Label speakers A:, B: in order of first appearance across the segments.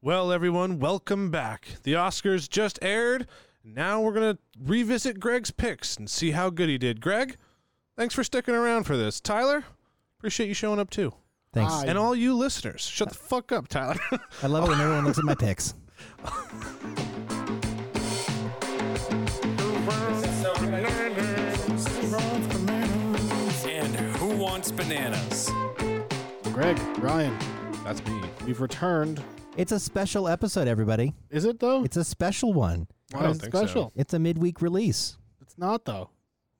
A: Well, everyone, welcome back. The Oscars just aired. Now we're going to revisit Greg's picks and see how good he did. Greg, thanks for sticking around for this. Tyler, appreciate you showing up too.
B: Thanks.
A: And all you listeners, shut the fuck up, Tyler.
B: I love it when everyone looks at my picks.
C: And who wants bananas?
D: Greg, Ryan,
A: That's me.
D: we've returned.
B: It's a special episode, everybody.
D: Is it though?
B: It's a special one.
A: I don't
D: It's
A: think
D: special.
A: so.
B: It's a midweek release.
D: It's not though.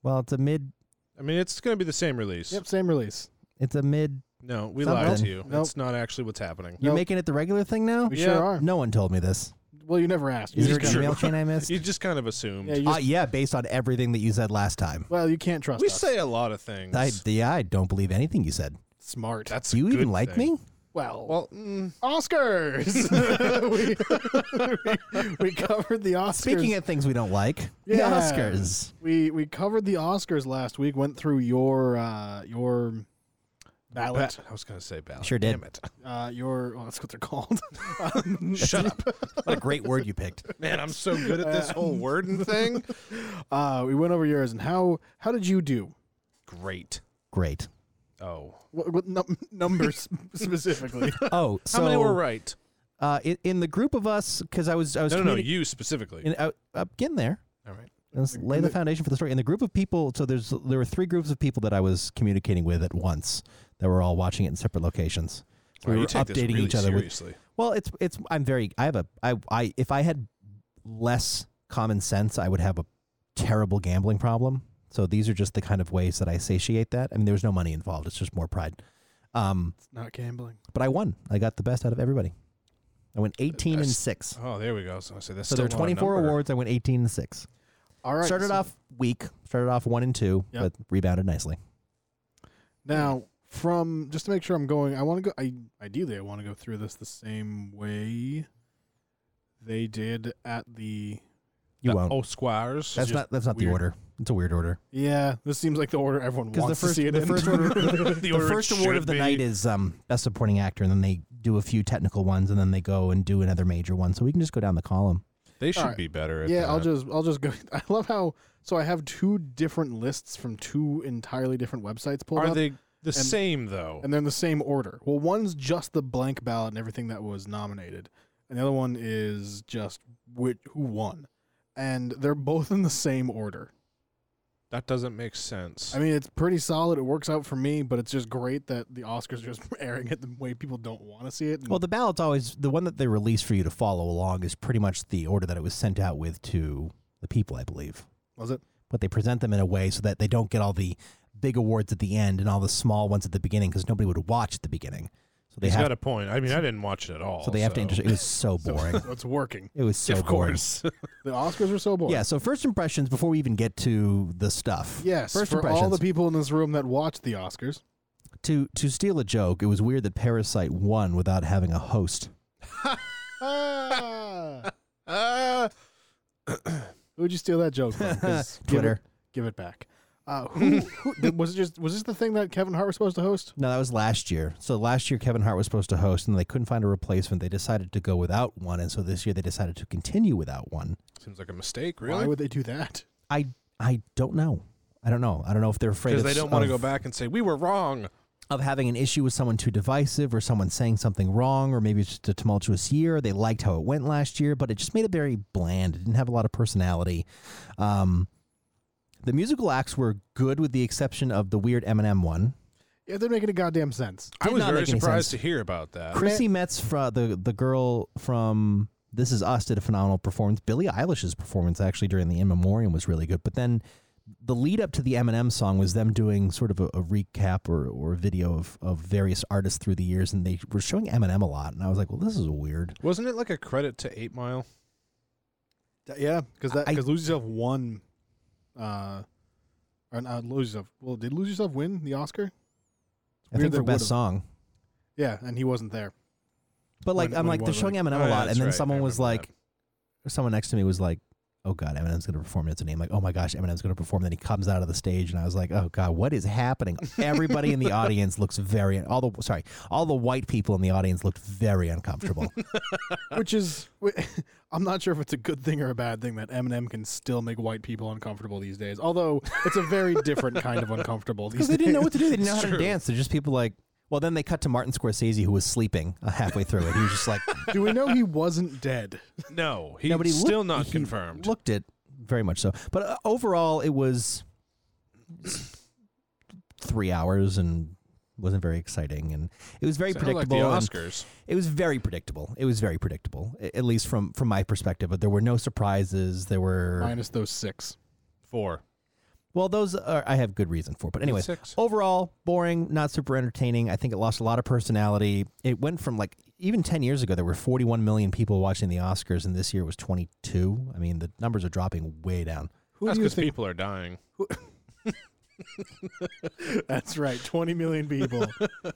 B: Well, it's a mid.
A: I mean, it's going to be the same release.
D: Yep, same release.
B: It's a mid.
A: No, we
B: Something.
A: lied to you.
D: Nope.
A: That's not actually what's happening.
B: You're
D: Nope.
B: making it the regular thing now.
D: We
A: Yeah.
D: sure are.
B: No one told me this.
D: Well, you never asked.
B: Is
D: You
B: there an
D: just kinda-
B: email chain I missed?
A: You just kind of assumed.
D: Yeah, you
B: Uh,
D: just,
B: yeah, based on everything that you said last time.
D: well, you can't trust
A: we
D: us.
A: say a lot of things.
B: I, yeah, I don't believe anything you said.
A: Smart. That's
B: Do
A: a
B: you even
A: good
B: like
A: thing.
B: me?
D: well,
A: Well, mm,
D: Oscars. we, we covered the Oscars.
B: Speaking of things we don't like,
D: Yeah.
B: the Oscars.
D: we we covered the Oscars last week. Went through your uh, your ballot.
A: I was going to say ballot.
B: Sure did.
A: Damn it.
D: Uh, your oh, that's what they're called.
A: Shut up.
B: What a great word you picked.
A: Man, I'm so good at this whole wording thing.
D: uh, we went over yours and how how did you do?
A: Great.
B: Great.
A: Oh.
D: What, what num- numbers specifically?
B: Oh, so
A: How many were right?
B: uh, in, in the group of us because I was I was
A: No, no, no.
B: communi-
A: You specifically.
B: in, uh, uh, getting there.
A: All right.
B: Let's lay the foundation for the story. And the group of people, so there's there were three groups of people that I was communicating with at once that were all watching it in separate locations. So
A: Wow,
B: we
A: you
B: were
A: take this
B: updating
A: really
B: each other. With,
A: seriously.
B: well, it's it's I'm very I have a I I if I had less common sense, I would have a terrible gambling problem. So these are just the kind of ways that I satiate that. I mean, there was no money involved. It's just more pride. Um,
D: it's not gambling.
B: but I won. I got the best out of everybody. I went 18 and
A: That's-
B: six.
A: Oh, there we go. So, I said that's
B: So there were
A: still not a
B: 24
A: number.
B: awards. I went 18 and six.
D: All right.
B: started
D: so
B: off weak, started off one and two,
D: Yep.
B: but rebounded nicely.
D: Now, from just to make sure I'm going, I want to go. I ideally I want to go through this the same way they did at the.
B: You
A: The
B: won't.
A: Oh, squires.
B: that's
D: just
B: not that's not the
D: weird.
B: order. It's a weird order.
D: Yeah, this seems like the order everyone
B: Because the
D: wants
B: first
D: to see it
B: the
D: in.
B: first order the,
A: the, order it
B: first award
A: should
B: of the
A: be.
B: night is um, best supporting actor, and then they do a few technical ones, and then they go and do another major one. So we can just go down the column.
A: They should
D: Alright.
A: be better. At
D: yeah, I'll
A: that.
D: just I'll just go. I love how so I have two different lists from two entirely different websites pulled
A: Are
D: up,
A: they the same though?
D: and they're in the same order. Well, one's just the blank ballot and everything that was nominated, and the other one is just which, who won, and they're both in the same order.
A: That doesn't make sense.
D: I mean, it's pretty solid. It works out for me, but it's just great that the Oscars are just airing it the way people don't want to see it. And
B: Well, the ballot's always the one that they release for you to follow along is pretty much the order that it was sent out with to the people, I believe.
D: was it?
B: But they present them in a way so that they don't get all the big awards at the end and all the small ones at the beginning because nobody would watch at the beginning. So they
A: He's
B: have
A: got a point. I mean, I didn't watch it at all.
B: so they have to inter- It was so boring.
D: So it's working.
B: It was so
A: Of
B: boring.
A: course.
D: The Oscars are so boring.
B: Yeah. So first impressions before we even get to the stuff.
D: Yes,
B: First
D: for all
B: impressions.
D: the people in this room that watched the Oscars.
B: to to steal a joke, it was weird that Parasite won without having a host.
A: Ah,
D: Who would you steal that joke from? 'Cause give
B: Twitter.
D: it- Give it, back. Uh, who, who did- was it just was this the thing that Kevin Hart was supposed to host?
B: No, that was last year. So last year Kevin Hart was supposed to host, and they couldn't find a replacement. They decided to go without one, and so this year they decided to continue without one.
A: seems like a mistake,
D: Why
A: really.
D: would they do that?
B: I I don't know. I don't know. I don't know if they're afraid
A: Because
B: of,
A: they don't want to
B: of-
A: go back and say we were wrong.
B: of having an issue with someone too divisive or someone saying something wrong or maybe it's just a tumultuous year. They liked how it went last year, but it just made it very bland. It didn't have a lot of personality. Um, the musical acts were good with the exception of the weird Eminem one.
D: Yeah, they're making a goddamn sense.
A: I
B: Did
A: was
B: not
A: very
B: make any
A: surprised to
B: sense.
A: hear about that.
B: Chrissy Metz, fra- the, the girl from This Is Us, did a phenomenal performance. Billie Eilish's performance actually during the In Memoriam was really good. But then the lead up to the Eminem song was them doing sort of a, a recap or, or a video of, of various artists through the years, and they were showing Eminem a lot. And I was like, well, this is weird.
A: Wasn't it like a credit to Eight Mile?
D: Th- Yeah, because that
B: I-
D: because lose yourself won, uh, or not lose yourself. Well, did lose yourself win the Oscar?
B: I
D: Weird
B: think
D: they
B: their best
D: would've.
B: song.
D: Yeah, and he wasn't there.
B: But like,
D: When-
B: I'm
D: when
B: like,
D: one
B: they're
D: of
B: showing Eminem
A: Oh,
B: a
A: yeah,
B: lot,
A: that's
B: and then
A: right. I
B: someone was
A: remember
B: like, someone next to me was like, oh god, Eminem's gonna perform. It's a name like, oh my gosh, Eminem's gonna perform. Then he comes out of the stage, and I was like, oh god, what is happening? Everybody in the audience looks very all the sorry, all the white people in the audience looked very uncomfortable.
D: Which is, I'm not sure if it's a good thing or a bad thing that Eminem can still make white people uncomfortable these days. Although it's a very different kind of uncomfortable these
B: because they didn't know
D: days.
B: what to do. They didn't know how to
A: true.
B: dance. They're just people like. Well, then they cut to Martin Scorsese, who was sleeping uh, halfway through it. He was just like,
D: Do we know he wasn't dead?
A: No, he's
B: no, but he
A: still
B: looked-
A: not
B: he
A: confirmed.
B: Looked it very much so, but uh, overall, it was three hours and wasn't very exciting, and it was very
A: Sounded like the
B: predictable. and-
A: Oscars.
B: It was very predictable. It was very predictable, a- at least from from my perspective. But there were no surprises. There were
D: Minus those six.
A: Four.
B: well, those are I have good reason for. But anyways,
A: Six.
B: overall boring, not super entertaining. I think it lost a lot of personality. It went from like even ten years ago there were 41 million people watching the Oscars, and this year it was 22. I mean, the numbers are dropping way down.
D: Who
A: That's
D: do you
A: because
D: think?
A: people are dying.
D: That's right. 20 million people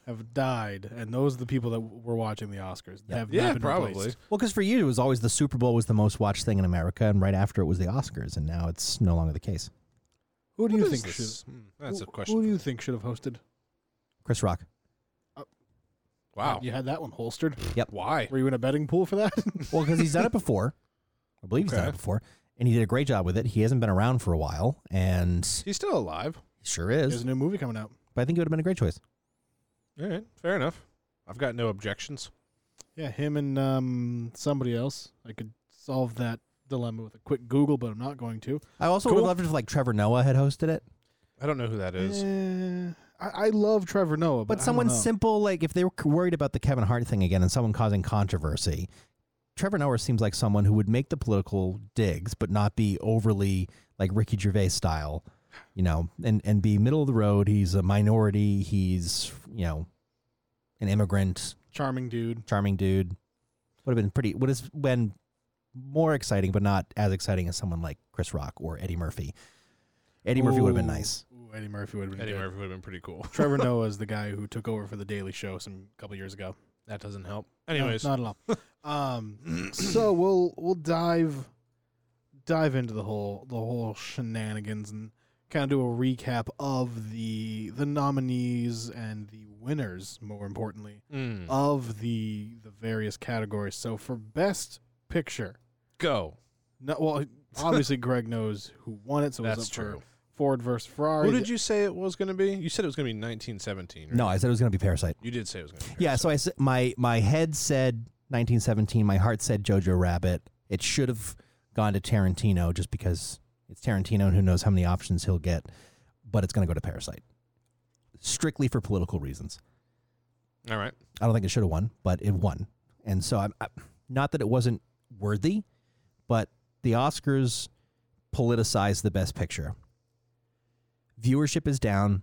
D: have died, and those are the people that were watching the Oscars. That have not
A: Yeah,
D: been
A: probably.
D: replaced.
B: Well, because for you it was always the Super Bowl was the most watched thing in America, and right after it was the Oscars, and now it's no longer the case.
D: Who do
A: What
D: you
A: is
D: think should?
A: this? Hmm, That's
D: who,
A: a question.
D: Who do you think should have hosted?
B: Chris Rock.
A: wow.
D: you had that one holstered.
A: Why?
D: Were you in a betting pool for that?
B: Well, because he's done it before. I believe he's done
A: Okay.
B: it before. And he did a great job with it. He hasn't been around for a while and he
A: He's still alive.
B: sure
D: There's
B: is.
D: a new movie coming out.
B: But I think it would have been a great choice.
A: All right. Fair enough. I've got no objections.
D: Yeah, him and um, somebody else. I could solve that dilemma with a quick Google, but I'm not going to.
B: I also
D: Cool.
B: would love it if like Trevor Noah had hosted it.
A: I don't know who that is.
D: Eh, I, I love Trevor Noah,
B: But
D: but, I don't
B: someone
D: know.
B: simple, like if they were worried about the Kevin Hart thing again and someone causing controversy, Trevor Noah seems like someone who would make the political digs, but not be overly like Ricky Gervais style, you know, and, and be middle of the road. He's a minority. He's, you know, an immigrant.
D: charming dude.
B: charming dude. Would have been pretty. Would have been more exciting, but not as exciting as someone like Chris Rock or Eddie Murphy. Eddie Murphy would have been
D: Ooh.
B: nice.
D: Ooh, Eddie Murphy would have been
A: Eddie
D: good.
A: Murphy would have been pretty cool.
D: Trevor Noah is the guy who took over for the Daily Show some couple years ago.
A: That doesn't help.
D: No,
A: Anyways,
D: not at all. Um, so we'll we'll dive dive into the whole the whole shenanigans and kind of do a recap of the the nominees and the winners. More importantly,
A: Mm.
D: of the the various categories. So for best picture,
A: go.
D: no, well, obviously Greg knows who won it, so it was
A: That's
D: up for
A: true.
D: Ford versus Ferrari.
A: Who did you say it was going to be? You said it was going to be 1917. Right?
B: No, I said it was going to be Parasite.
A: You did say it was going to be.
B: Yeah, so I s- my my head said 1917. My heart said Jojo Rabbit. It should have gone to Tarantino just because it's Tarantino and who knows how many options he'll get. But it's going to go to Parasite, strictly for political reasons.
A: Parasite. All right.
B: I don't think it should have won, but it won. And so I'm I, not that it wasn't worthy, but the Oscars politicized the best picture. Viewership is down.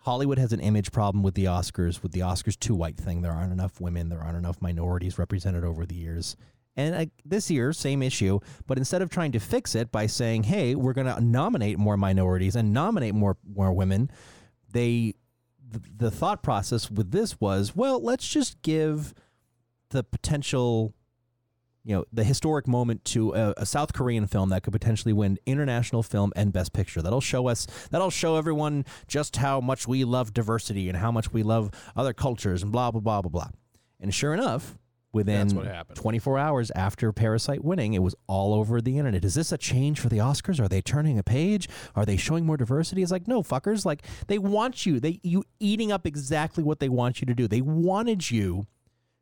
B: Hollywood has an image problem with the Oscars, with the Oscars too white thing. There aren't enough women, there aren't enough minorities represented over the years. And uh, this year, same issue, but instead of trying to fix it by saying, "Hey, we're going to nominate more minorities and nominate more more women," they the, the thought process with this was well let's just give the potential you know the historic moment to a, a south korean film that could potentially win international film and best picture that'll show us that'll show everyone just how much we love diversity and how much we love other cultures and blah blah blah blah blah and sure enough within
A: what happened.
B: 24 hours after parasite winning it was all over the internet is this a change for the oscars are they turning a page are they showing more diversity it's like no fuckers like they want you they you eating up exactly what they want you to do they wanted you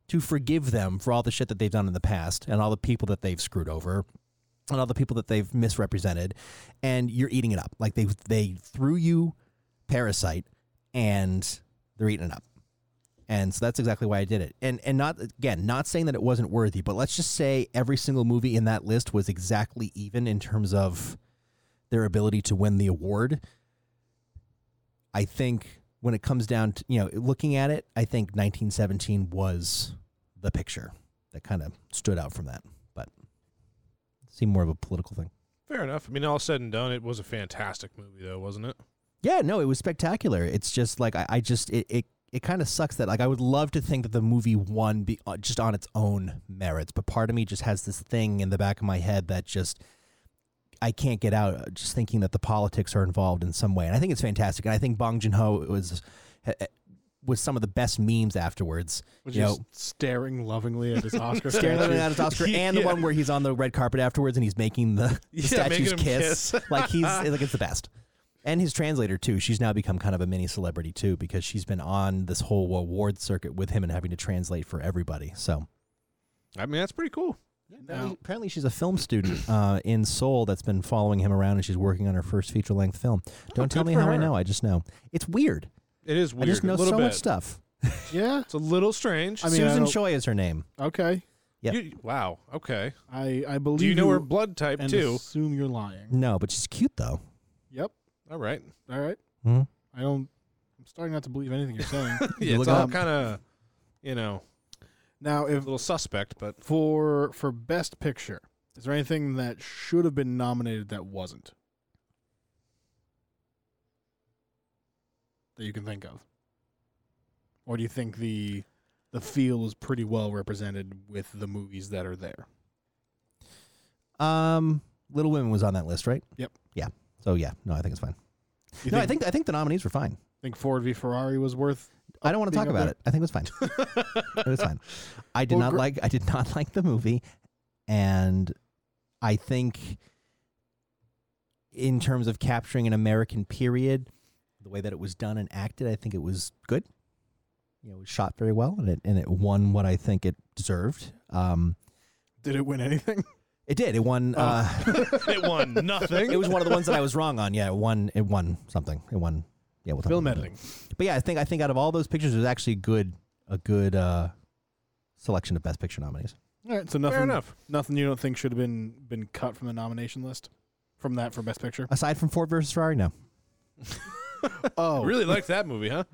B: to forgive them for all the shit that they've done in the past and all the people that they've screwed over and all the people that they've misrepresented and you're eating it up like they they threw you parasite and they're eating it up and so that's exactly why I did it. And and not again, not saying that it wasn't worthy, but let's just say every single movie in that list was exactly even in terms of their ability to win the award. I think when it comes down to, you know, looking at it, I think 1917 was the picture that kind of stood out from that. But it seemed more of a political thing.
A: Fair enough. I mean, all said and done, it was a fantastic movie, though, wasn't it?
B: Yeah, no, it was spectacular. It's just like I, I just it it, it kind of sucks that like I would love to think that the movie won be, uh, just on its own merits, but part of me just has this thing in the back of my head that just I can't get out uh, just thinking that the politics are involved in some way. And I think it's fantastic. And I think Bong Joon Ho was ha- ha- was some of the best memes afterwards.
D: Which
B: you
D: is
B: know,
D: staring lovingly at his Oscar.
B: staring
D: statue.
B: at his Oscar, and the
A: Yeah.
B: one where he's on the red carpet afterwards and he's making the, the
A: Yeah,
B: statues
A: making him
B: kiss. like he's like it's the best. And his translator too. She's now become kind of a mini celebrity too because she's been on this whole award circuit with him and having to translate for everybody. So
A: I mean, that's pretty cool.
B: apparently, apparently she's a film student uh, in Seoul that's been following him around and she's working on her first feature length film. Don't tell
A: Oh, good
B: me
A: for
B: how I
A: her.
B: know. I just know. It's weird.
A: It is weird.
B: I just know
A: a little
B: so
A: bit.
B: much stuff.
D: Yeah.
A: It's a little strange.
D: I mean, I
B: Susan
D: don't-
B: Choi is her name.
D: Okay.
B: Yep.
A: You- wow. Okay.
D: I I believe
A: Do you know her blood type
D: and
A: too?
D: assume you're lying.
B: No, but she's cute though.
D: Yep.
A: All right.
D: All right.
B: Hmm?
D: I don't. I'm starting not to believe anything you're saying.
A: Yeah,
B: look
A: it's
B: it
A: all
D: up.
A: kind of, you know,
D: now,
A: a
D: if
A: little suspect, but
D: for for best picture, is there anything that should have been nominated that wasn't that you can think of, or do you think the the field was pretty well represented with the movies that are there?
B: Um, Little Women was on that list, right?
D: Yep.
B: Yeah. So yeah, no, I think it's fine.
D: You
B: no, I think I think the nominees were fine.
D: think Ford v Ferrari was worth
B: I don't want to
D: being
B: talk
D: up
B: about
D: there.
B: it. I think it was fine. it was fine. I did
D: Well,
B: not
D: gr-
B: like I did not like the movie, and I think in terms of capturing an American period, the way that it was done and acted, I think it was good. You know, it was shot very well, and it and it won what I think it deserved. Um,
D: Did it win anything?
B: it did. It won.
D: Oh.
B: Uh,
A: it won nothing.
B: it was one of the ones that I was wrong on. Yeah, it won. It won something. It won. Yeah, we'll talk
D: Film
B: about it.
D: editing.
B: But yeah, I think I think out of all those pictures, it was actually good a good uh, selection of best picture nominees.
D: All right, so nothing.
A: Fair enough.
D: Nothing you don't think should have been been cut from the nomination list, from that for best picture.
B: Aside from Ford versus Ferrari, no.
D: Oh,
A: Really liked that movie, huh?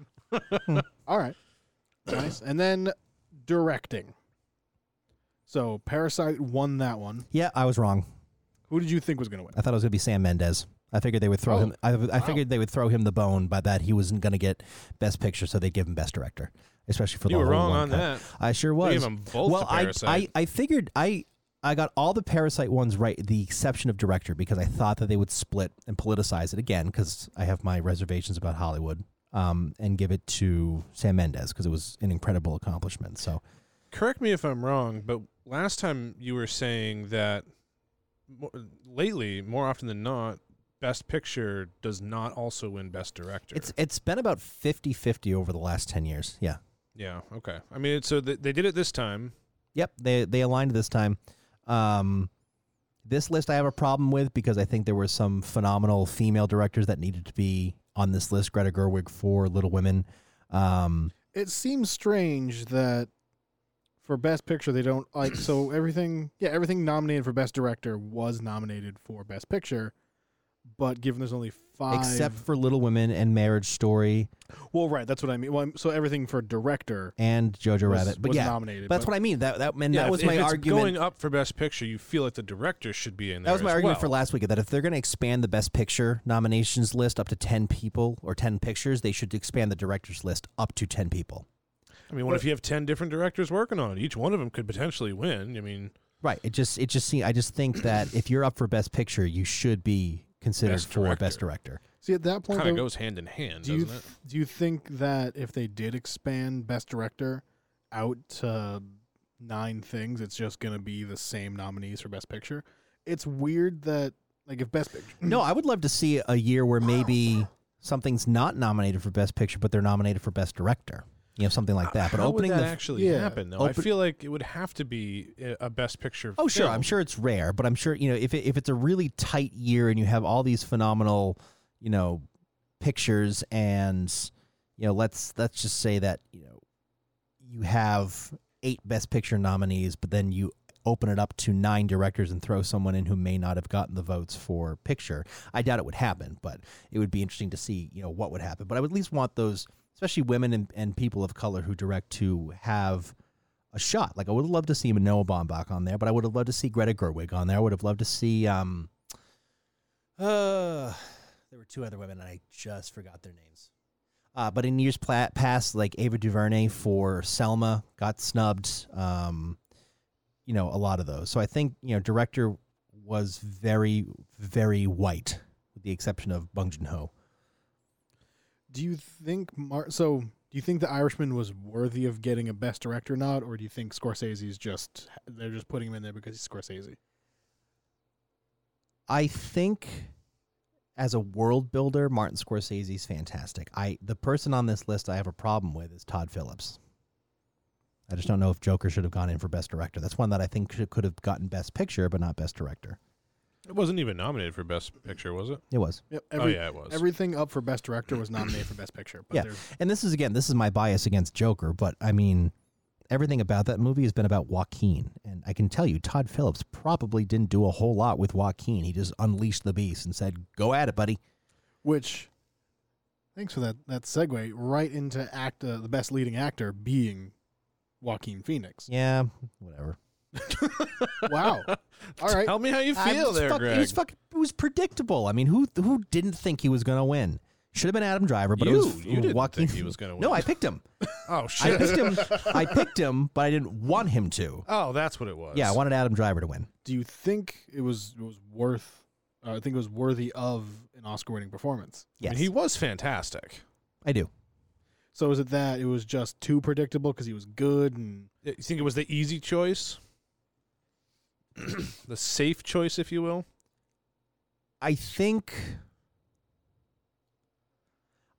D: All right, nice. And then directing. So Parasite won that one.
B: Yeah, I was wrong.
D: Who did you think was going to win?
B: I thought it was going to be Sam Mendes. I figured they would throw
D: Oh,
B: him. I, I figured they would throw him the bone, by that he wasn't going to get best picture, so they'd give him best director, especially for
A: You
B: the
A: were
B: whole
A: wrong
B: long
A: on
B: cut.
A: that.
B: I sure was.
A: They gave them both
B: well,
A: to
B: I, I
A: Parasite.
B: I figured I I got all the Parasite ones right, the exception of director, because I thought that they would split and politicize it again, because I have my reservations about Hollywood, um, and give it to Sam Mendes because it was an incredible accomplishment. So
A: Correct me if I'm wrong, but last time you were saying that mo lately, more often than not, Best Picture does not also win Best Director.
B: it's it's been about 50-50 over the last ten years. Yeah.
A: yeah, okay. I mean, so th- they did it this time.
B: Yep, they they aligned this time. Um, this list I have a problem with because I think there were some phenomenal female directors that needed to be on this list. Greta Gerwig for Little Women. Um,
D: It seems strange that for best picture they don't like so everything yeah everything nominated for best director was nominated for best picture but given there's only five
B: except for Little Women and Marriage Story
D: well right that's what i mean well, I'm- so everything for director
B: and Jojo
D: was,
B: Rabbit. But
D: was
B: yeah,
D: nominated
B: that's
D: but-
B: what I mean. That that and
A: yeah,
B: that
A: if-
B: was
A: if
B: my
A: it's
B: argument.
A: Going up for Best Picture, you feel like the director should be in there.
B: that was my
A: as
B: argument for
A: well.
B: last week that if they're going to expand the best picture nominations list up to 10 people or 10 pictures, they should expand the directors list up to 10 people.
A: I mean, what if you have ten different directors working on it? Each one of them could potentially win. I mean,
B: Right. It just it just seems I just think that if you're up for best picture, you should be considered
A: Best
B: for
A: director.
B: best director.
D: see at that point
A: kind of
D: though,
A: goes hand in hand,
D: do you
A: doesn't it?
D: th- do you think that if they did expand best director out to nine things it's just going to be the same nominees for best picture it's weird that like if best picture
B: No, I would love to see a year where maybe something's not nominated for best picture, but they're nominated for best director. You know, something like that. But
A: How
B: opening
A: would that
B: the
A: actually
D: Yeah.
A: happen though? I
B: Open-
A: feel like it would have to be a- a best picture.
B: Oh, sure. I'm
A: film.
B: sure it's rare, but I'm sure you know if it, if it's a really tight year and you have all these phenomenal, you know, pictures and you know let's let's just say that you know you have eight best picture nominees, but then you open it up to nine directors and throw someone in who may not have gotten the votes for picture. I doubt it would happen, but it would be interesting to see you know what would happen. But I would at least want those, especially women and, and people of color who direct, to have a shot. Like I would have loved to see Manoa Baumbach on there, but I would have loved to see Greta Gerwig on there. I would have loved to see um uh there were two other women and I just forgot their names. Uh, but in years pla- past, like Ava DuVernay for Selma got snubbed. Um, you know, a lot of those. So I think you know, director was very, very white, with the exception of Bong Joon Ho.
D: Do you think Mar- so? Do you think The Irishman was worthy of getting a Best Director nod, or do you think Scorsese's just they're just putting him in there because he's Scorsese?
B: I think as a world builder, Martin Scorsese's fantastic. I the person on this list I have a problem with is Todd Phillips. I just don't know if Joker should have gone in for best director. That's one that I think should, could have gotten best picture, but not best director.
A: It wasn't even nominated for Best Picture, was it?
B: It was.
D: Yep, every-
A: oh yeah, it was.
D: Everything up for Best Director was nominated for Best Picture. But
B: Yeah.
D: there's-
B: And this is again, this is my bias against Joker, but I mean, everything about that movie has been about Joaquin, and I can tell you, Todd Phillips probably didn't do a whole lot with Joaquin. He just unleashed the beast and said, "Go at it, buddy."
D: Which, thanks for that that segue right into act uh, the best leading actor being Joaquin Phoenix.
B: Yeah, whatever.
D: Wow. All right.
A: Tell me how you
B: I-
A: feel
B: it's
A: there,
B: fuck-
A: Greg.
B: It was, fuck, it was predictable. I mean, who who didn't think he was going to win? Should have been Adam Driver, but it was
A: You- you didn't
B: Joaquin.
A: think he was gonna
B: No,
A: win.
B: I picked him.
A: oh
B: I
A: shit!
B: picked him. I picked him, but I didn't want him to.
A: oh, that's what it was.
B: Yeah, I wanted Adam Driver to win.
D: Do you think it was it was worth? Uh, I think it was worthy of an Oscar-winning performance.
A: I
B: Yes,
A: mean, he was fantastic.
B: I do.
D: So is it that it was just too predictable because he was good and
A: You think it was the easy choice, the safe choice, if you will?
B: I think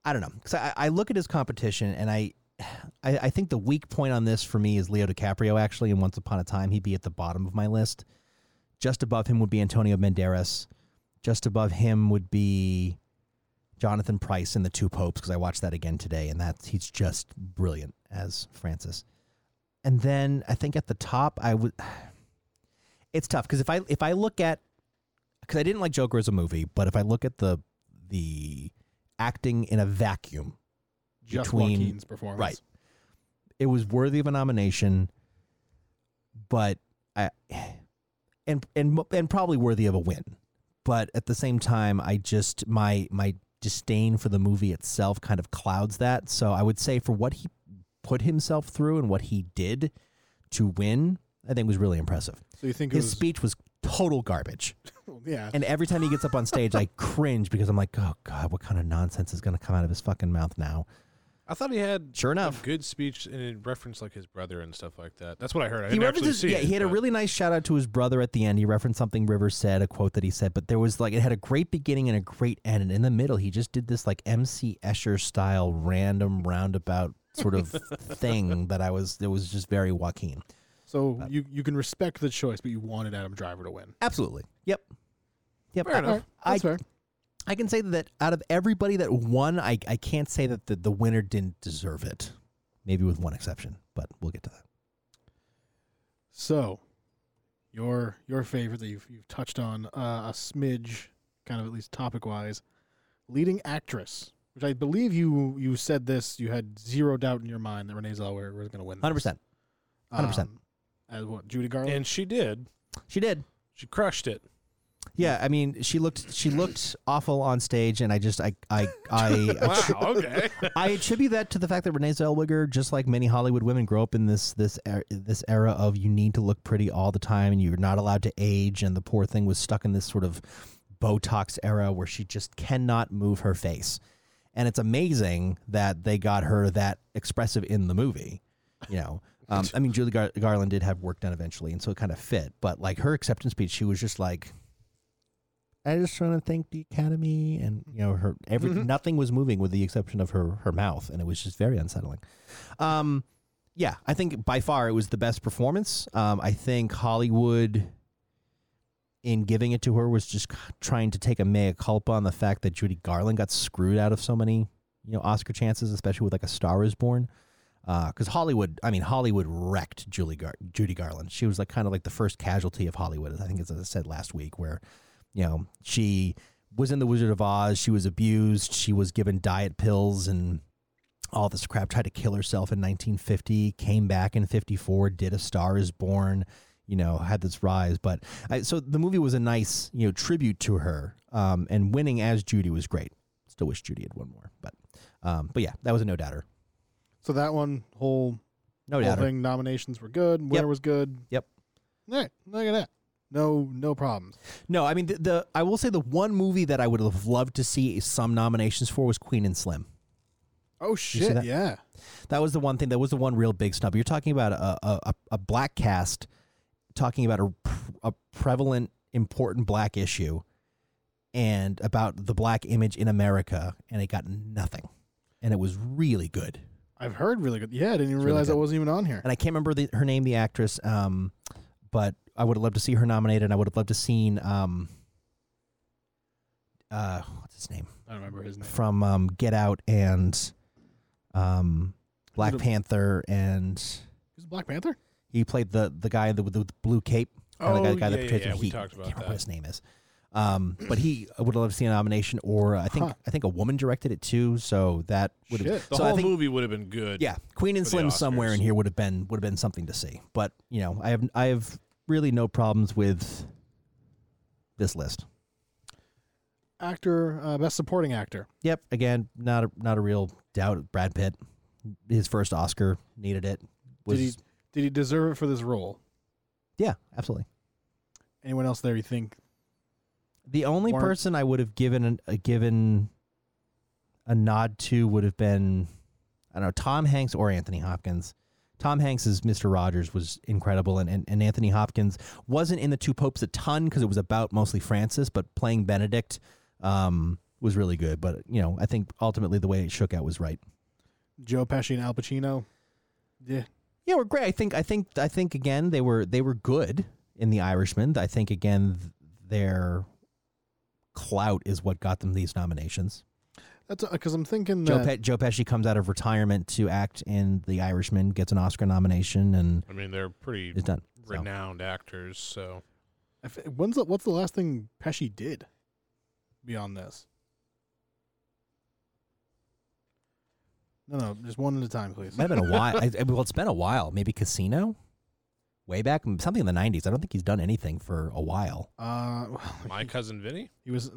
B: I don't know because I, I look at his competition and I, I I think the weak point on this for me is Leo DiCaprio actually and Once Upon a Time he'd be at the bottom of my list. Just above him would be Antonio Banderas. Just above him would be Jonathan Price in The Two Popes because I watched that again today and that's he's just brilliant as Francis. And then I think at the top I would. It's tough because if I if I look at because I didn't like Joker as a movie, but if I look at the the acting in a vacuum,
D: just
B: Between-
D: Joaquin's performance?
B: right. it was worthy of a nomination, but I and and and probably worthy of a win. But at the same time, I just my my disdain for the movie itself kind of clouds that. So I would say for what he put himself through and what he did to win, I think was really impressive.
D: So you think it
B: His
D: was?
B: speech was total garbage.
D: yeah.
B: And every time he gets up on stage, I cringe because I'm like, oh god, what kind of nonsense is going to come out of his fucking mouth now?
A: I thought he had a
B: Sure enough,
A: good speech and it referenced like his brother and stuff like that. That's what I heard. I
B: he
A: didn't actually
B: references.
A: see
B: Yeah,
A: it,
B: he had a
A: but-
B: really nice shout out to his brother at the end. He referenced something Rivers said, a quote that he said, but there was like it had a great beginning and a great end, and in the middle, he just did this like MC Escher style random roundabout sort of thing that I was. It was just very Joaquin.
D: So
B: Uh,
D: you you can respect the choice, but you wanted Adam Driver to win.
B: Absolutely. Yep. Yep.
A: Fair
B: I-
A: enough.
B: I-
D: That's fair.
B: I can say that out of everybody that won, I, I can't say that the, the winner didn't deserve it. Maybe with one exception, but we'll get to that.
D: So, your your favorite that you've you've touched on uh, a smidge, kind of at least topic wise, leading actress, which I believe you you said this, you had zero doubt in your mind that Renee Zellweger was going to win. this.
B: 100%. 100%.
D: Um, As what Judy Garland?
A: And she did.
B: She did.
A: She crushed it.
B: Yeah, I mean, she looked she looked awful on stage, and I just I I I
A: Wow. Okay.
B: I attribute that to the fact that Renee Zellweger, just like many Hollywood women, grow up in this this er- this era of you need to look pretty all the time, and you're not allowed to age. And the poor thing was stuck in this sort of Botox era where she just cannot move her face. And it's amazing that they got her that expressive in the movie. You know, um, I mean, Julie Gar- Garland did have work done eventually, and so it kind of fit. But like her acceptance speech, she was just like. I just want to thank the Academy, and you know, her every nothing was moving with the exception of her her mouth, and it was just very unsettling. Um, yeah, I think by far it was the best performance. Um, I think Hollywood, in giving it to her, was just trying to take a mea culpa on the fact that Judy Garland got screwed out of so many you know Oscar chances, especially with like A Star Is Born. Because Hollywood, I mean, Hollywood wrecked Julie Gar- Judy Garland. She was like kind of like the first casualty of Hollywood. I think as I said last week, where you know, she was in the Wizard of Oz. She was abused. She was given diet pills and all this crap. Tried to kill herself in 1950. Came back in 54. Did A Star Is Born. You know, had this rise. But I, so the movie was a nice, you know, tribute to her. Um, and winning as Judy was great. Still wish Judy had won more, but um, but yeah, that was a no doubter.
D: so that one whole
B: No
D: whole
B: doubter.
D: thing nominations were good, winner was good.
B: Yep.
D: All right, look at that. no no problems.
B: No, I mean the, the I will say the one movie that I would have loved to see some nominations for was Queen and Slim.
D: Oh shit!
B: that?
D: Yeah,
B: That was the one thing. That was the one real big snub. You're talking about a a, a, a black cast talking about a pr- a prevalent important black issue and about the black image in America, and it got nothing. And it was really good.
D: I've heard really good. Yeah, I didn't even
B: really
D: realize that
B: good.
D: wasn't even on here.
B: And I can't remember the, her name, the actress, um, but I would have loved to see her nominated. And I would have loved to seen um, uh, what's his name?
D: I don't remember his name.
B: from um, Get Out and um, Black
D: Who's the-
B: Panther, and
D: Who's Black Panther?
B: he played the the guy with the, with the blue cape. kinda the guy,
A: Oh,
B: the guy
A: yeah, yeah,
B: portrays him.
A: yeah, we
B: He-
A: talked
B: I
A: about
B: can't remember
A: that.
B: what his name is. Um, but he I would love to see a nomination, or uh, I think
D: Huh.
B: I think a woman directed it too. So that would have
D: Shit.
A: The
B: so I
A: whole
B: think-
A: movie would have been good.
B: yeah, Queen and
A: for the
B: Slim somewhere in
A: Oscars.
B: here would have been would have been something to see. But you know, I have I have really no problems with this list.
D: Actor, uh, best supporting actor.
B: Yep. Again, not a, not a real doubt. Brad Pitt, his first Oscar, needed it. Was
D: Did he did he deserve it for this role?
B: yeah, absolutely.
D: Anyone else there? You think?
B: The only
D: Warren-
B: person I would have given an, a given a nod to would have been I don't know Tom Hanks or Anthony Hopkins. Tom Hanks's Mr. Rogers was incredible, and, and, and Anthony Hopkins wasn't in the Two Popes a ton because it was about mostly Francis, but playing Benedict um, was really good. But you know, I think ultimately the way it shook out was right.
D: Joe Pesci and Al Pacino. Yeah,
B: Yeah, we're great. I think I think I think again they were they were good in the Irishman. I think again th- their clout is what got them these nominations.
D: that's because I'm thinking
B: Joe,
D: that
B: Pe- Joe Pesci comes out of retirement to act in The Irishman, gets an Oscar nomination, and
A: I mean, they're pretty
B: is done. So,
A: renowned actors, so
D: I f- when's the, what's the last thing Pesci did beyond this? No, no, just one at a time, please.
B: might have been a while. I, I- well, it's been a while. Maybe Casino, way back, something in the '90s. I don't think he's done anything for a while.
D: Uh,
A: my cousin Vinny.
D: he was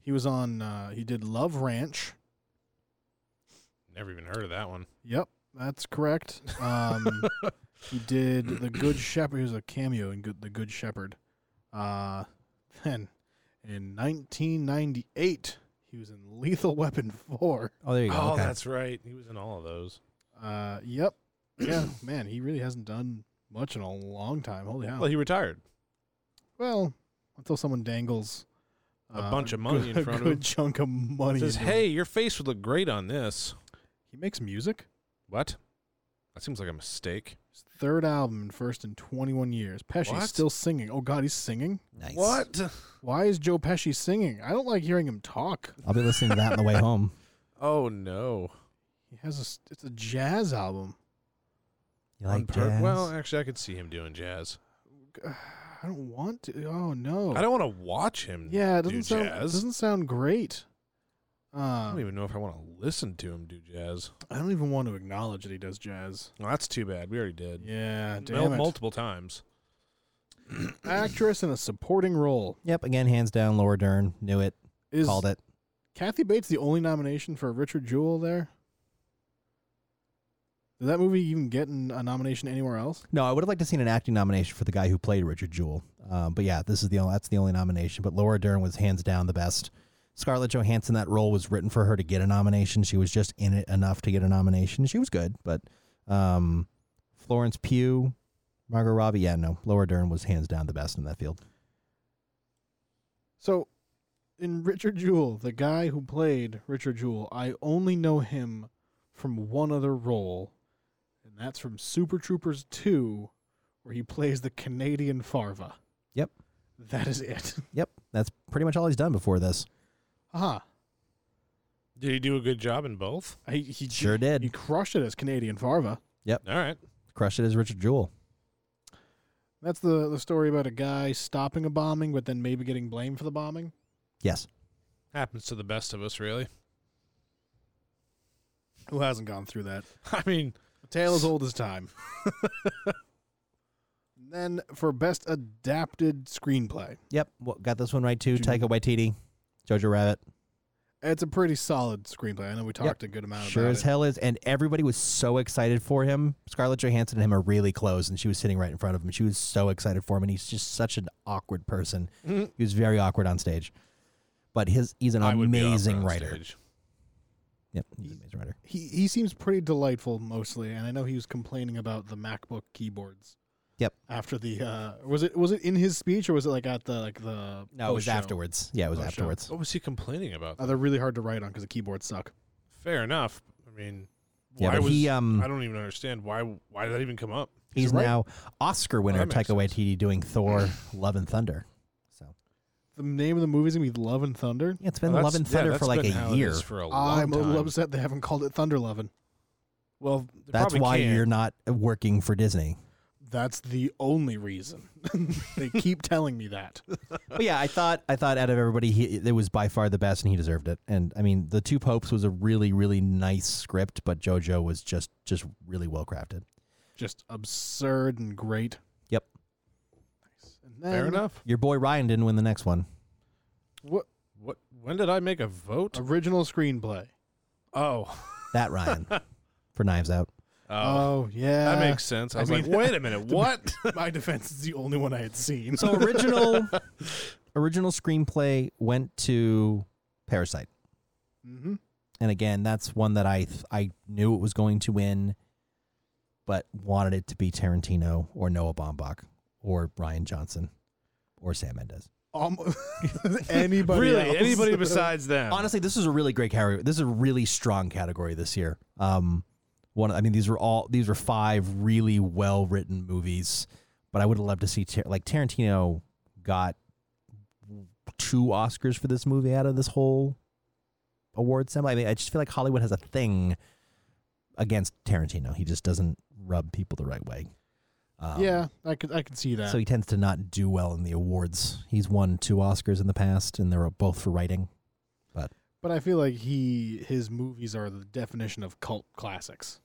D: he was on. Uh, he did Love Ranch.
A: Never even heard of that one.
D: Yep, that's correct. Um, he did The Good Shepherd. He was a cameo in Good, The Good Shepherd. Uh, then in 1998, he was in Lethal Weapon 4.
B: Oh, there you go.
A: Oh,
B: okay.
A: that's right. He was in all of those.
D: Uh, yep. Yeah, man, he really hasn't done much in a long time. Holy
B: Oh.
D: hell.
A: Well, he retired.
D: well, until someone dangles uh,
A: A bunch of money in
D: good-
A: front of
D: a
A: him.
D: good chunk of money.
A: Says,
D: in front-
A: "Hey, your face would look great on this."
D: he makes music.
A: What? That seems like a mistake.
D: His third album and first in 21 years. Pesci's
A: What?
D: still singing. Oh God, he's singing.
B: nice.
A: What?
D: Why is Joe Pesci singing? I don't like hearing him talk.
B: I'll be listening to that on the way home.
A: Oh no.
D: He has a s- it's a jazz album.
B: You like
A: On pur-
B: jazz?
A: Well, uh, actually, I could see him doing jazz.
D: I don't want to. Oh no.
A: I don't want to watch him.
D: yeah, it
A: do
D: doesn't sound it
A: jazz.
D: doesn't sound great.
A: I
D: Uh,
A: don't even know if I want to listen to him do jazz.
D: I don't even want to acknowledge that he does jazz.
A: Well, that's too bad. We already did. Mul-
D: Yeah, damn it.
A: multiple times.
D: Actress in a supporting role
B: yep. Again, hands down, Laura Dern knew it,
D: is
B: called it.
D: Kathy Bates the only nomination for Richard Jewell there. Did that movie even get in a nomination anywhere else?
B: No, I would have liked to seen an acting nomination for the guy who played Richard Jewell. Um, but yeah, this is the only, that's the only nomination. But Laura Dern was hands down the best. Scarlett Johansson, that role was written for her to get a nomination. She was just in it enough to get a nomination. She was good, but um, Florence Pugh, Margot Robbie, yeah, no, Laura Dern was hands down the best in that field.
D: So, in Richard Jewell, the guy who played Richard Jewell, I only know him from one other role, and that's from Super Troopers 2, where he plays the Canadian Farva.
B: Yep.
D: That is it.
B: Yep, that's pretty much all he's done before this.
D: Aha.
A: Did he do a good job in both?
D: He, he
B: Sure
D: He
B: did.
D: crushed it as Canadian Farva.
A: All right.
B: Crushed it as Richard Jewell.
D: That's the, the story about a guy stopping a bombing, but then maybe getting blamed for the bombing.
B: Yes.
A: Happens to the best of us, really.
D: Who hasn't gone through that?
A: I mean,
D: A tale as old as time. And then for best adapted screenplay.
B: Yep, well, got this one right too.
D: Did you-
B: Taika Waititi, Jojo Rabbit.
D: It's a pretty solid screenplay. I know we talked a good amount
B: Sure
D: about
B: as
D: it.
B: hell is, and everybody was so excited for him. Scarlett Johansson and him are really close, and she was sitting right in front of him. She was so excited for him, and he's just such an awkward person.
D: Mm-hmm.
B: He was very awkward on stage, but his he's an
A: I would be
B: amazing
A: awkward on
B: writer.
A: stage.
B: Yep, he's an amazing writer.
D: He he seems pretty delightful mostly, and I know he was complaining about the MacBook keyboards.
B: Yep.
D: After the uh, was it was it in his speech or was it like at the like the
A: Oh,
B: No, it was
D: post-show?
B: afterwards. Yeah, it was
D: Oh, sure.
B: afterwards.
A: What was he complaining about?
D: Uh, they're really hard to write on because the keyboards suck.
A: Fair enough. I mean,
B: Yeah,
A: why
B: but
A: was
B: he, um,
A: I don't even understand why why did that even come up?
B: He's,
D: right.
B: now Oscar winner
A: that makes Mm-hmm.
B: Taika Waititi doing Thor: Love and Thunder. So
D: The name of the movie's gonna be Love and Thunder.
B: yeah, it's been
A: Well,
B: Love
A: that's-
B: and
A: yeah,
B: Thunder
A: that's
B: for like
A: been how
B: a
A: it
B: year.
A: is for a long
D: I'm a
A: time.
D: little upset they haven't called it Thunder Lovin'.
A: Well, they
B: That's
A: probably
B: why
A: can't.
B: you're not working for Disney.
D: That's the only reason. they keep telling me that.
B: but yeah, I thought I thought out of everybody, he, it was by far the best, and he deserved it. And I mean, the Two Popes was a really really nice script, but JoJo was just just really well crafted.
D: Just absurd and great.
B: Yep.
D: And
A: Fair
D: then
A: enough.
B: Your boy Ryan didn't win the next one.
D: What
A: What? When did I make a vote?
D: original screenplay?
A: Oh,
B: That Ryan for Knives Out.
A: oh,
D: Oh yeah,
A: that makes sense. I
D: I
A: was
D: mean-
A: like, wait a minute, what?
D: my defense is the only one I had seen.
B: So original original screenplay went to Parasite.
D: mm-hmm.
B: and again, that's one that I th- I knew it was going to win, but wanted it to be Tarantino or Noah Baumbach or Ryan Johnson or Sam Mendes.
D: almost anybody.
A: really?
D: else.
A: Anybody besides them?
B: Honestly, this is a really great category. This is a really strong category this year. Um, one, I mean, these were all these were five really well written movies, but I would have loved to see Tar- like Tarantino got two Oscars for this movie out of this whole award semi. I mean, I just feel like Hollywood has a thing against Tarantino. He just doesn't rub people the right way. Um,
D: Yeah, I could I could see that.
B: so he tends to not do well in the awards. He's won two Oscars in the past, and they were both for writing.
D: but I feel like he his movies are the definition of cult classics.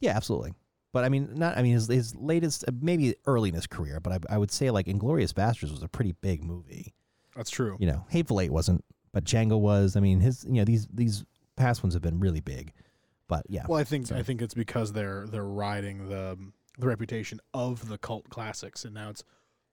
B: Yeah, absolutely. But I mean, not I mean his his latest uh, maybe early in his career, but I, I would say like Inglorious Bastards was a pretty big movie.
D: That's true.
B: You know, Hateful Eight wasn't, but Django was. I mean, his you know these these past ones have been really big. But yeah,
D: Well, I think
B: Sorry.
D: I think it's because they're they're riding the the reputation of the cult classics, and now it's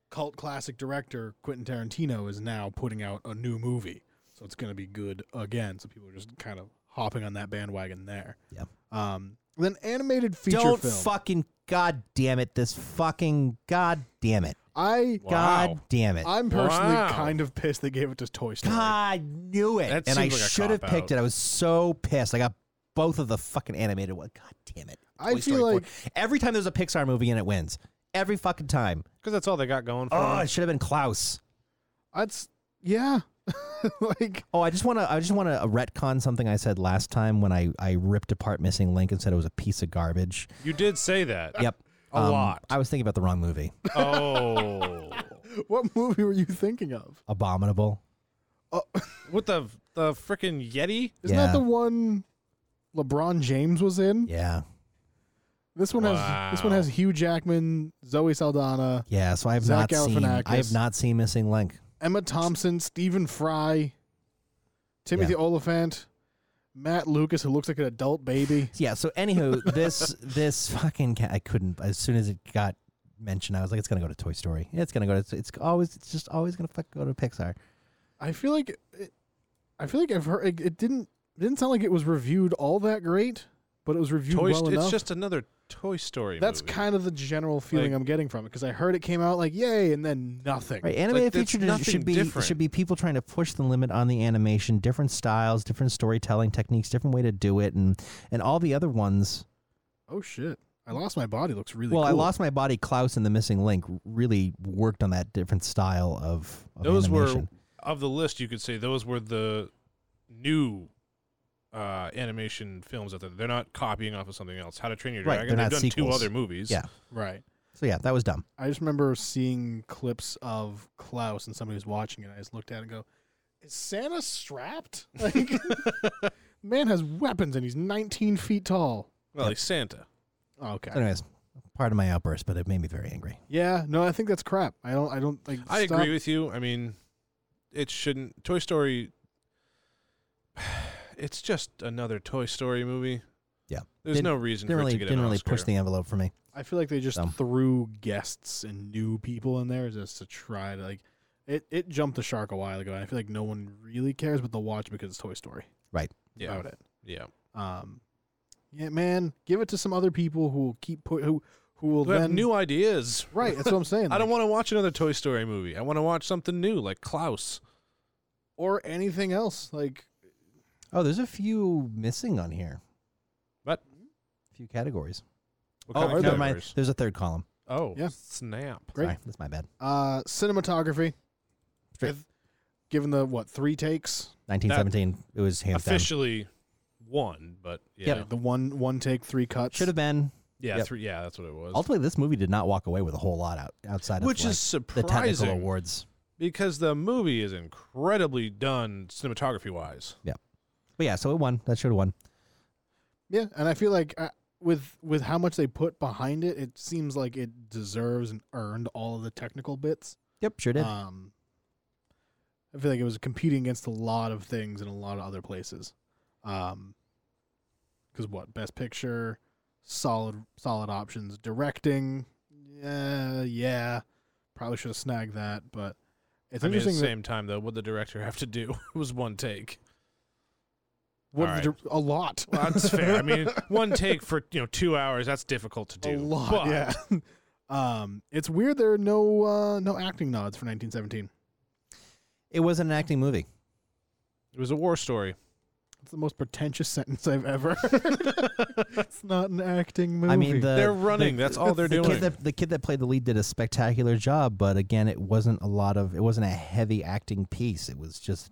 D: cult classic director Quentin Tarantino is now putting out a new movie, so it's going to be good again. So people are just kind of hopping on that bandwagon there.
B: Yeah.
D: Um. Then animated feature
B: don't
D: film.
B: fucking god damn it! This fucking god damn it!
D: I
A: Wow.
B: God damn it!
D: I'm personally
A: Wow.
D: kind of pissed they gave it to Toy Story.
B: God knew it,
A: That
B: and I
A: seems like a
B: should have
A: cop-out.
B: picked it. I was so pissed. I got both of the fucking animated ones. God damn it!
D: I
B: Toy
D: feel
B: Story
D: like
B: 4. every time there's a Pixar movie and it wins, every fucking time.
A: because that's all they got going for.
B: Oh,
A: them.
B: it should have been Klaus.
D: that's yeah. like
B: Oh, I just want to. I just want to retcon something I said last time when I I ripped apart Missing Link and said it was a piece of garbage.
A: you did say that.
B: Yep, Um,
A: A lot.
B: I was thinking about the wrong movie.
A: Oh,
D: what movie were you thinking of?
B: Abominable.
A: with the the freaking Yeti.
D: Isn't
B: Yeah.
D: that the one LeBron James was in?
B: Yeah,
D: This one has this one
A: Wow.
D: has Hugh Jackman, Zoe Saldana,
B: yeah. So I have
D: Zach
B: not seen. I have
D: Galifianakis.
B: not seen Missing Link.
D: Emma Thompson, Stephen Fry, Timothy
B: Yeah.
D: Oliphant, Matt Lucas, who looks like an adult baby.
B: Yeah. So anywho, this this fucking ca- I couldn't. As soon as it got mentioned, I was like, it's gonna go to Toy Story. It's gonna go to. It's always. It's just always gonna fuck go to Pixar.
D: I feel like it, I feel like I've heard it, it didn't it didn't sound like it was reviewed all that great, but it was reviewed
A: Toy.
D: well
A: St-
D: enough.
A: it's just another Toy Story.
D: That's
A: movie.
D: kind of the general feeling
A: Like-
D: I'm getting from it because I heard it came out like yay and then nothing.
B: Right, animated
A: that's
B: feature dis-
A: nothing
B: should be
A: different.
B: should be people trying to push the limit on the animation, different styles, different storytelling techniques, different way to do it, and and all the other ones.
D: Oh shit! I lost my body. Looks really
B: well, I
D: cool.
B: lost my body. Klaus and the Missing Link really worked on that different style of, of
A: those
B: animation.
A: were of the list. You could say those were the new uh, animation films out there. They're not copying off of something else. How to Train Your
B: Right,
A: Dragon.
B: they're
A: They've
B: not
A: done two
B: sequels.
A: other movies.
B: Yeah.
D: right.
B: so yeah, that was dumb.
D: I just remember seeing clips of Klaus and somebody was watching it. I just looked at it and go, "Is Santa strapped? Like, man has weapons and he's 19 feet tall."
A: Well, he's Santa.
D: Oh, okay.
B: So anyways, part of my outburst, but it made me very angry.
D: Yeah. No, I think that's crap. I don't. I don't. Like,
A: I
D: stop-
A: agree with you. I mean, it shouldn't. Toy Story. it's just another Toy Story movie.
B: Yeah.
A: There's
B: Didn't-
A: no reason for
B: Didn't
A: it
B: really
A: to get
B: didn't
A: an
B: really
A: Oscar.
B: push the envelope for me.
D: I feel like they just
B: So.
D: threw guests and new people in there just to try to like it, it jumped the shark a while ago. And I feel like no one really cares but the watch because it's Toy Story
A: yeah.
D: about it.
A: Yeah.
D: Um, yeah, man, give it to some other people who will keep put who who will
A: Who have
D: then
A: new ideas.
D: right. That's what I'm saying.
A: I don't want to watch another Toy Story movie. I want to watch something new like Klaus.
D: or anything else. Like
B: Oh, there's a few missing on here.
A: What?
B: A few categories.
A: What
B: Oh,
A: kind of
B: never mind.
A: categories?
B: There's a third column.
A: Oh,
D: Yeah.
A: snap.
D: Great.
B: Sorry, that's my bad.
D: uh, cinematography,
B: Straight.
D: I've- given the what three takes,
B: 1917. it was hands down.
A: Officially one, but yeah.
B: Yep.
D: the one one take three cuts.
B: Should have been.
A: Yeah,
B: Yep.
A: three, yeah, that's what it was.
B: Ultimately, this movie did not walk away with a whole lot out, outside
A: Which
B: of
A: is
B: like, the technical
A: surprising
B: awards.
A: because the movie is incredibly done cinematography wise.
B: But yeah, so it won. That should have won.
D: Yeah, and I feel like uh, with with how much they put behind it, it seems like it deserves and earned all of the technical bits.
B: Yep, sure
A: Uh,
B: did.
D: Um, I feel like it was competing against a lot of things in a lot of other places. Um, because what best picture, solid solid options, directing, yeah, yeah, probably should have snagged that, but it's
A: I mean, at the
D: interesting. that
A: same time, though, what the director have to do It was one take.
D: what
A: all
D: the dir- a lot,
A: Well, that's fair. I mean, one take for you know two hours that's difficult to do.
D: a lot,
A: But
D: yeah. um, it's weird there are no uh, no acting nods for 1917.
B: it wasn't an acting movie.
A: It was a war story.
D: It's the most pretentious sentence I've ever. it's not an acting movie.
B: I mean, the,
A: they're running. that's all they're
B: Uh, the
A: doing.
B: kid that the kid that played the lead did a spectacular job, but again, it wasn't a lot of it wasn't a heavy acting piece. It was just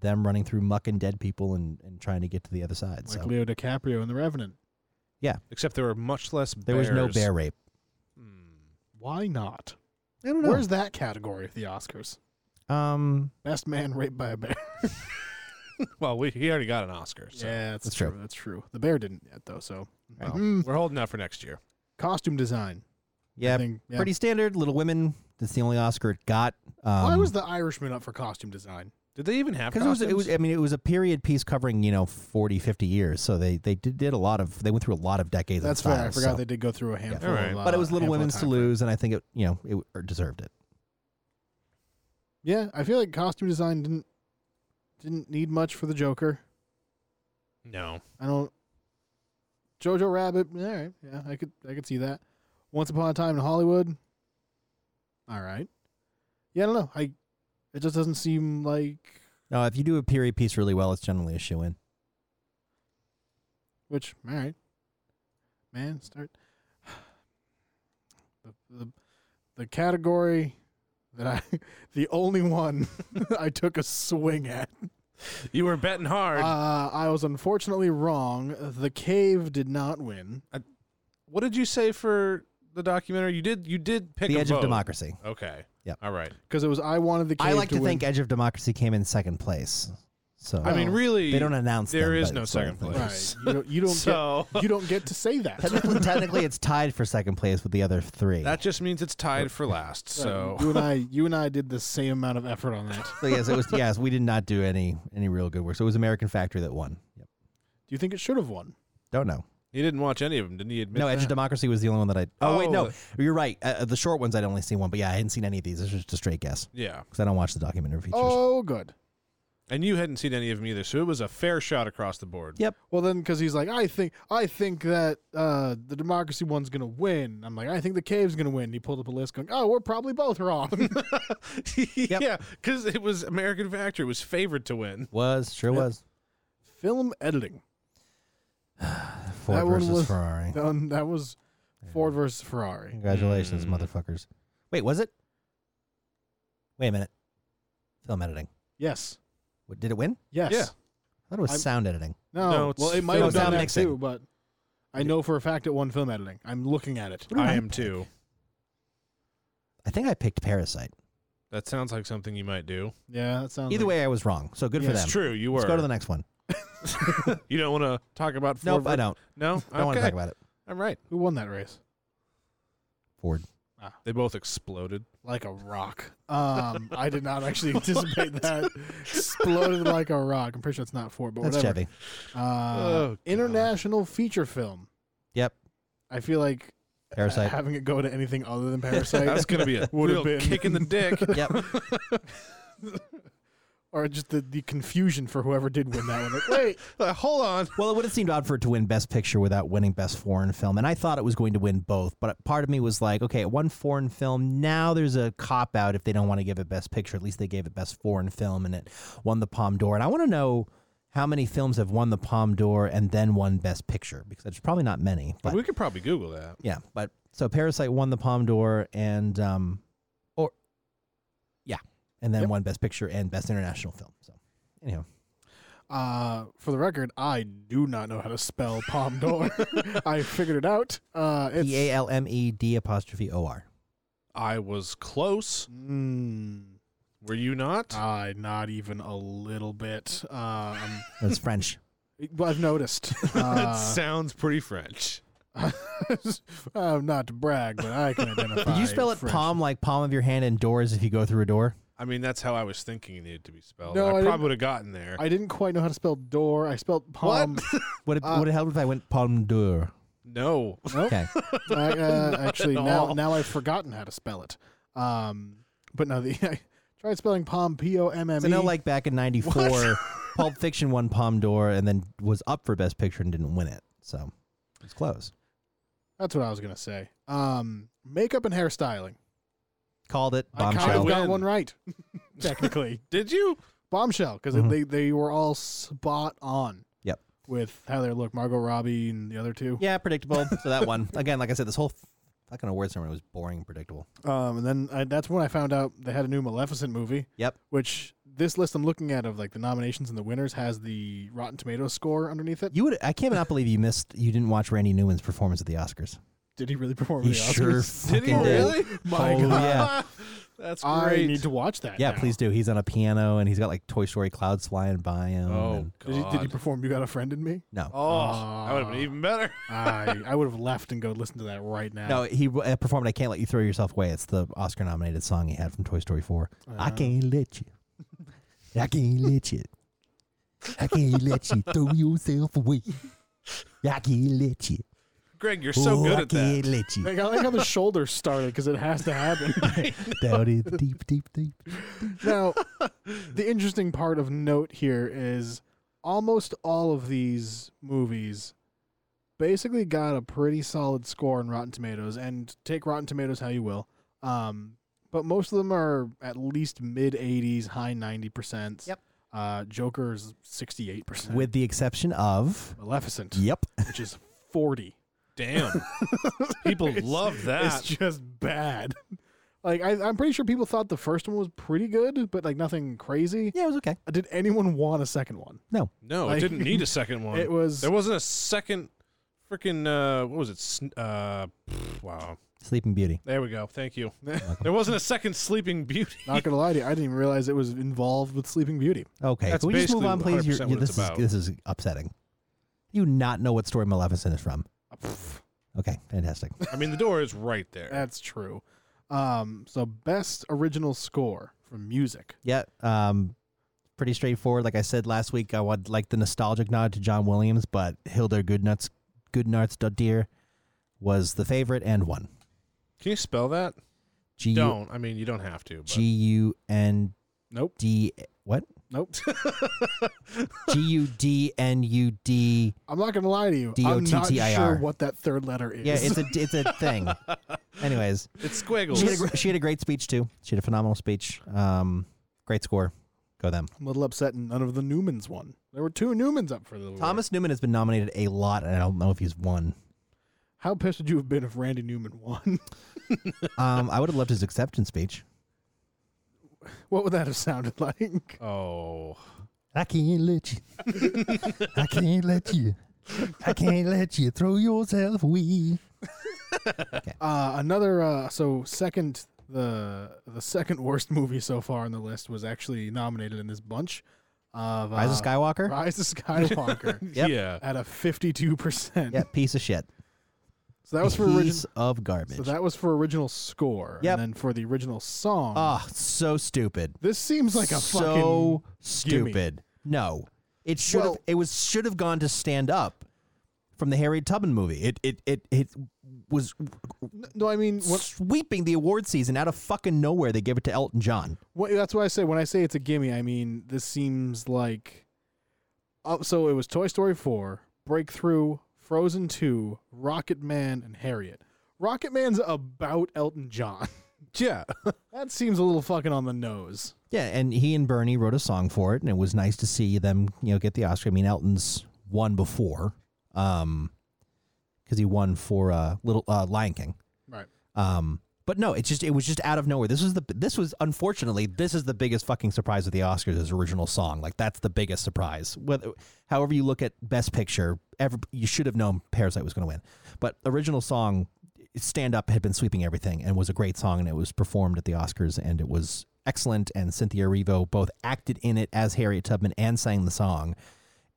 B: them running through muck and dead people and, and trying to get to the other side.
D: like
B: so
D: Leo DiCaprio in The Revenant.
A: Except there were much less.
B: there was no
A: bears.
B: bear rape.
A: Hmm.
D: Why not?
B: I don't
D: Where's that category of the Oscars?
B: um,
D: Best man raped by a bear.
A: Well, we, he already got an Oscar. So
D: yeah, that's,
B: That's
D: true.
B: true.
D: That's true. The bear didn't yet though. So
B: Well.
D: Hmm.
A: we're holding out for next year.
D: costume design. I
B: yeah,
D: think- yeah.
B: pretty standard. Little Women. That's the only Oscar it got. Um,
D: Why was the Irishman up for costume design?
A: Did they even have?
B: because it was, it was
A: costumes?
B: i mean it was a period piece covering you know 40 50 years so they they did, did a lot of they went through a lot of decades
D: That's
B: of
D: fair. I
B: styles,
D: forgot
B: so.
D: they did go through a handful.
A: Alright.
D: of, uh,
B: but it was little
D: handful of
B: women's to
D: time frames.
B: lose and i think it you know it or deserved it
D: Yeah, I feel like costume design didn't didn't need much for the Joker.
A: no.
D: I don't. Jojo Rabbit. All right. Yeah, I could. I could see that. Once upon a time in Hollywood. All right. Yeah, I don't know. I. It just doesn't seem like.
B: no Uh, if you do a period piece really well it's generally a shoe in
D: Which all right. Man, start. The the, the category that I, the only one I took a swing at.
A: You were betting hard.
D: Uh, I was unfortunately wrong. The cave did not win.
A: what did you say for the documentary? You did. You did pick
B: the
A: a
B: edge
A: vote.
B: of democracy
A: Okay.
B: Yep.
A: All right.
D: Because it was I wanted the cave
B: i like to,
D: win.
B: think edge of democracy came in second place so
A: I mean,
D: Oh.
A: really,
B: they don't announce
A: there
B: them,
A: is
B: but
A: no
B: it's one of
A: second
B: the things.
A: place.
D: Right. You don't, you don't
A: So
D: get you don't get to say that.
B: technically, technically it's tied for second place with the other three
A: that just means it's tied for last. So
D: you and I you and I did the same amount of effort on that.
B: so yes it was yes we did not do any any real good work so it was american factory that won yep.
D: Do you think it should have won?
B: don't know
A: he didn't watch any of them, didn't he? Admit
B: No, Edge of
A: that?
B: Democracy was the only one that I. Oh, wait,
A: Oh.
B: no, you're right. Uh, the short ones I'd only seen one, but yeah, I hadn't seen any of these. This is just a straight guess
A: Yeah,
B: because I don't watch the documentary features.
D: Oh, good.
A: and you hadn't seen any of them either, so it was a fair shot across the board.
B: Yeah.
D: Well then, because he's like, I think I think that uh, the democracy one's gonna win. I'm like, I think the cave's gonna win. And he pulled up a list, going, Oh, we're probably both wrong.
A: yeah, because it was American Factory was favored to win.
B: Was sure
D: Yep.
B: was.
D: Film editing.
B: Ford
D: That one
B: versus
D: was-
B: Ferrari.
D: That, one- Um, that was Ford versus Ferrari.
B: Congratulations,
A: Hmm.
B: motherfuckers. Wait, was it? Wait a minute. Film editing.
D: Yes.
B: What, did it win?
D: Yes.
A: Yeah.
B: I thought it was
D: I'm-
B: sound editing.
D: No.
A: No, it's
D: well, it might
A: film
D: have done
B: editing.
D: that
B: Mixing.
D: too, but I know for a fact it won film editing. I'm looking at it.
A: I am too.
B: I think I picked Parasite.
A: That sounds like something you might do.
D: Yeah, that sounds.
B: Either
D: like-
B: way, I was wrong. So good
D: Yeah,
B: for
D: it's
B: them.
A: It's true. You were.
B: Let's go to the next one.
A: you don't want to talk about Ford.
B: Nope, I don't.
A: No,
B: I don't want to
A: Okay.
B: talk about it.
A: I'm right.
D: who won that race?
B: Ford.
D: Ah, Ah.
A: They both exploded.
D: like a rock. Um, I did not actually anticipate that. Exploded like a rock. I'm pretty sure it's not Ford, but
B: That's
D: whatever.
B: Chevy.
D: Uh,
A: Oh,
D: international feature film.
B: Yep.
D: I feel like uh,
B: Parasite.
D: having it go to anything other than
A: That's
D: Parasite
A: gonna be a
D: Would have
A: real
D: been.
A: kick in the dick.
B: yep.
D: or just the, the confusion for whoever did win that one. Like, wait,
A: Uh, hold on.
B: Well, it would have seemed odd for it to win Best Picture without winning Best Foreign Film, and I thought it was going to win both. But part of me was like, okay, it won Foreign Film. Now there's a cop out if they don't want to give it Best Picture. At least they gave it Best Foreign Film, and it won the Palme d'Or. And I want to know how many films have won the Palme d'Or and then won Best Picture because there's probably not many. But
A: we could probably Google that.
B: yeah, but so Parasite won the Palme d'Or and um, or yeah, and then
D: Yep.
B: won Best Picture and Best International Film. So anyhow,
D: Uh, for the record, I do not know how to spell Palm d'Or. I figured it out. Uh, it's
B: P A L M E D apostrophe O R.
A: I was close.
D: Mm,
A: Were you
B: Uh,
A: not?
D: I not even a little bit. Um,
B: That's French.
D: well, I've noticed.
A: that
D: Uh,
A: sounds pretty French.
D: uh, not to brag, but I can identify.
B: Did you spell it
D: French.
B: palm like palm of your hand and doors if you go through a door?
A: I mean, that's how I was thinking it needed to be spelled.
D: No, I
A: I,
D: didn't-
A: probably would have gotten there.
D: I didn't quite know how to spell door. I spelled palm.
B: Would it
D: Uh, Oh,
B: would it help if I went palm d'or?
A: no.
D: Nope.
B: Okay.
D: I, uh, actually,
A: at
D: now
A: all.
D: now I've forgotten how to spell it. Um, but no, the I tried spelling palm. P O M M E.
B: So I know like back in ninety four Pulp Fiction won Palm d'Or and then was up for Best Picture and didn't win it. So it's close.
D: That's what I was gonna say. Um, makeup and hairstyling.
B: Called it
D: I kind of
B: bombshell.
A: win.
D: got one right, technically.
A: Did you?
D: bombshell because
B: Mhm.
D: they they were all spot on.
B: Yep.
D: With how they look, Margot Robbie and the other two.
B: Yeah, predictable. So that one again, like I said, this whole fucking award ceremony was boring and predictable.
D: Um, and then I, that's when I found out they had a new Maleficent movie.
B: Yep.
D: Which this list I'm looking at of like the nominations and the winners has the Rotten Tomatoes score underneath it.
B: You would I cannot believe you missed you didn't watch Randy Newman's performance at the Oscars.
D: Did he really perform?
B: He
D: at the Oscars?
B: sure
A: Did he
B: fucking did.
A: really?
D: My
B: Oh,
D: God.
B: yeah.
A: That's great.
D: I need to watch that.
B: Yeah,
D: now.
B: please do. He's on a piano and he's got like Toy Story clouds flying by him.
A: Oh
B: and-
A: god.
D: Did he, did he perform? You got a friend in me.
B: no.
A: oh, that would have
D: Ah.
A: been even better.
D: I I would have left and go listen to that right now.
B: No, he uh, performed "I Can't Let You Throw Yourself Away." It's the Oscar-nominated song he had from Toy Story Four.
A: Uh.
B: I can't let you. I can't let you. I can't let you throw yourself away. I can't let you.
A: Greg, you're so
B: Oh,
A: good
B: I
A: at that.
B: can't let you
D: Like, I like how the shoulder started because it has to happen.
B: down in the deep, deep, deep.
D: now, the interesting part of note here is almost all of these movies basically got a pretty solid score on Rotten Tomatoes, and take Rotten Tomatoes how you will. Um, but most of them are at least mid 80s, high 90%.
B: Yep.
D: Uh, Joker's 68%.
B: With the exception of,
D: Maleficent,
B: yep,
D: which is 40.
A: Damn. People love that.
D: It's just bad. Like I, I'm pretty sure people thought the first one was pretty good, but like nothing crazy.
B: yeah, it was okay.
D: Did anyone want a second one?
A: no,
D: like-
A: it didn't need a second one.
D: It was
A: there wasn't a second freaking uh what was it? Sn- Uh pff, wow.
B: Sleeping Beauty.
A: There we go. Thank you. there wasn't a second Sleeping Beauty.
D: not gonna lie to you. I didn't even realize it was involved with Sleeping Beauty.
B: Okay,
A: That's
B: can we just move
A: basically
B: on, please? You're,
A: 100%
B: you
A: what
B: this
A: it's
B: is
A: about.
B: this is upsetting. You not know what story Maleficent is from? Okay, fantastic.
A: I mean, the door is right there.
D: That's true. Um, so best original score from music.
B: Yeah. Um, pretty straightforward. Like I said last week, I would like the nostalgic nod to John Williams, but Hilda Goodnuts Goodnuts Dear was the favorite and won.
A: Can you spell that?
B: G U
A: don't. I mean, you don't have to. But.
B: G U N
D: Nope,
B: D what?
D: nope.
B: G U D N U D.
D: I'm not gonna lie to you. i I'm not sure
B: D-O-T-T-I-R.
D: what that third letter is.
B: Yeah, it's a it's a thing. Anyways,
A: It's squiggles.
B: she had, a, gr- she had a great speech too. She had a phenomenal speech. Um, great score. Go them.
D: I'm a little upset. None of the Newmans won. There were two Newmans up for the award.
B: Thomas Newman has been nominated a lot, and I don't know if he's won.
D: How pissed would you have been if Randy Newman won?
B: Um, I would have loved his acceptance speech.
D: what would that have sounded like?
A: oh.
B: I can't let you. I can't let you. I can't let you throw yourself away.
D: Uh, another uh, so second the the second worst movie so far on the list was actually nominated in this bunch of uh,
B: Rise of Skywalker?
D: Rise of Skywalker
B: Yep.
A: Yeah.
D: at a fifty two percent.
B: Yeah, piece of shit.
D: So that was for original.
B: piece of garbage.
D: So that was for original score.
B: Yep.
D: And then for the original song,
B: Ah, so stupid.
D: this seems like a
B: so
D: gimme.
B: stupid. No, it should have.
D: Well-
B: It was should have gone to stand up from the Harriet Tubman movie. It it it it was
D: fucking. No, I mean, what,
B: sweeping the award season out of fucking nowhere. They gave it to Elton John.
D: what, that's why I say when I say it's a gimme, I mean this seems like. Oh, so it was Toy Story four, Breakthrough, Frozen two, Rocket Man, and Harriet. Rocket Man's about Elton John.
A: Yeah.
D: That seems a little fucking on the nose.
B: Yeah, and he and Bernie wrote a song for it, and it was nice to see them, you know, get the Oscar. I mean, Elton's won before, um, because he won for uh, little uh, Lion King.
D: Right.
B: Um, but no, it's just it was just out of nowhere. This was the this was unfortunately this is the biggest fucking surprise of the Oscars is original song. Like that's the biggest surprise. Whether however you look at Best Picture, ever you should have known Parasite was going to win, but original song Stand Up had been sweeping everything and was a great song and it was performed at the Oscars and it was excellent and Cynthia Erivo both acted in it as Harriet Tubman and sang the song,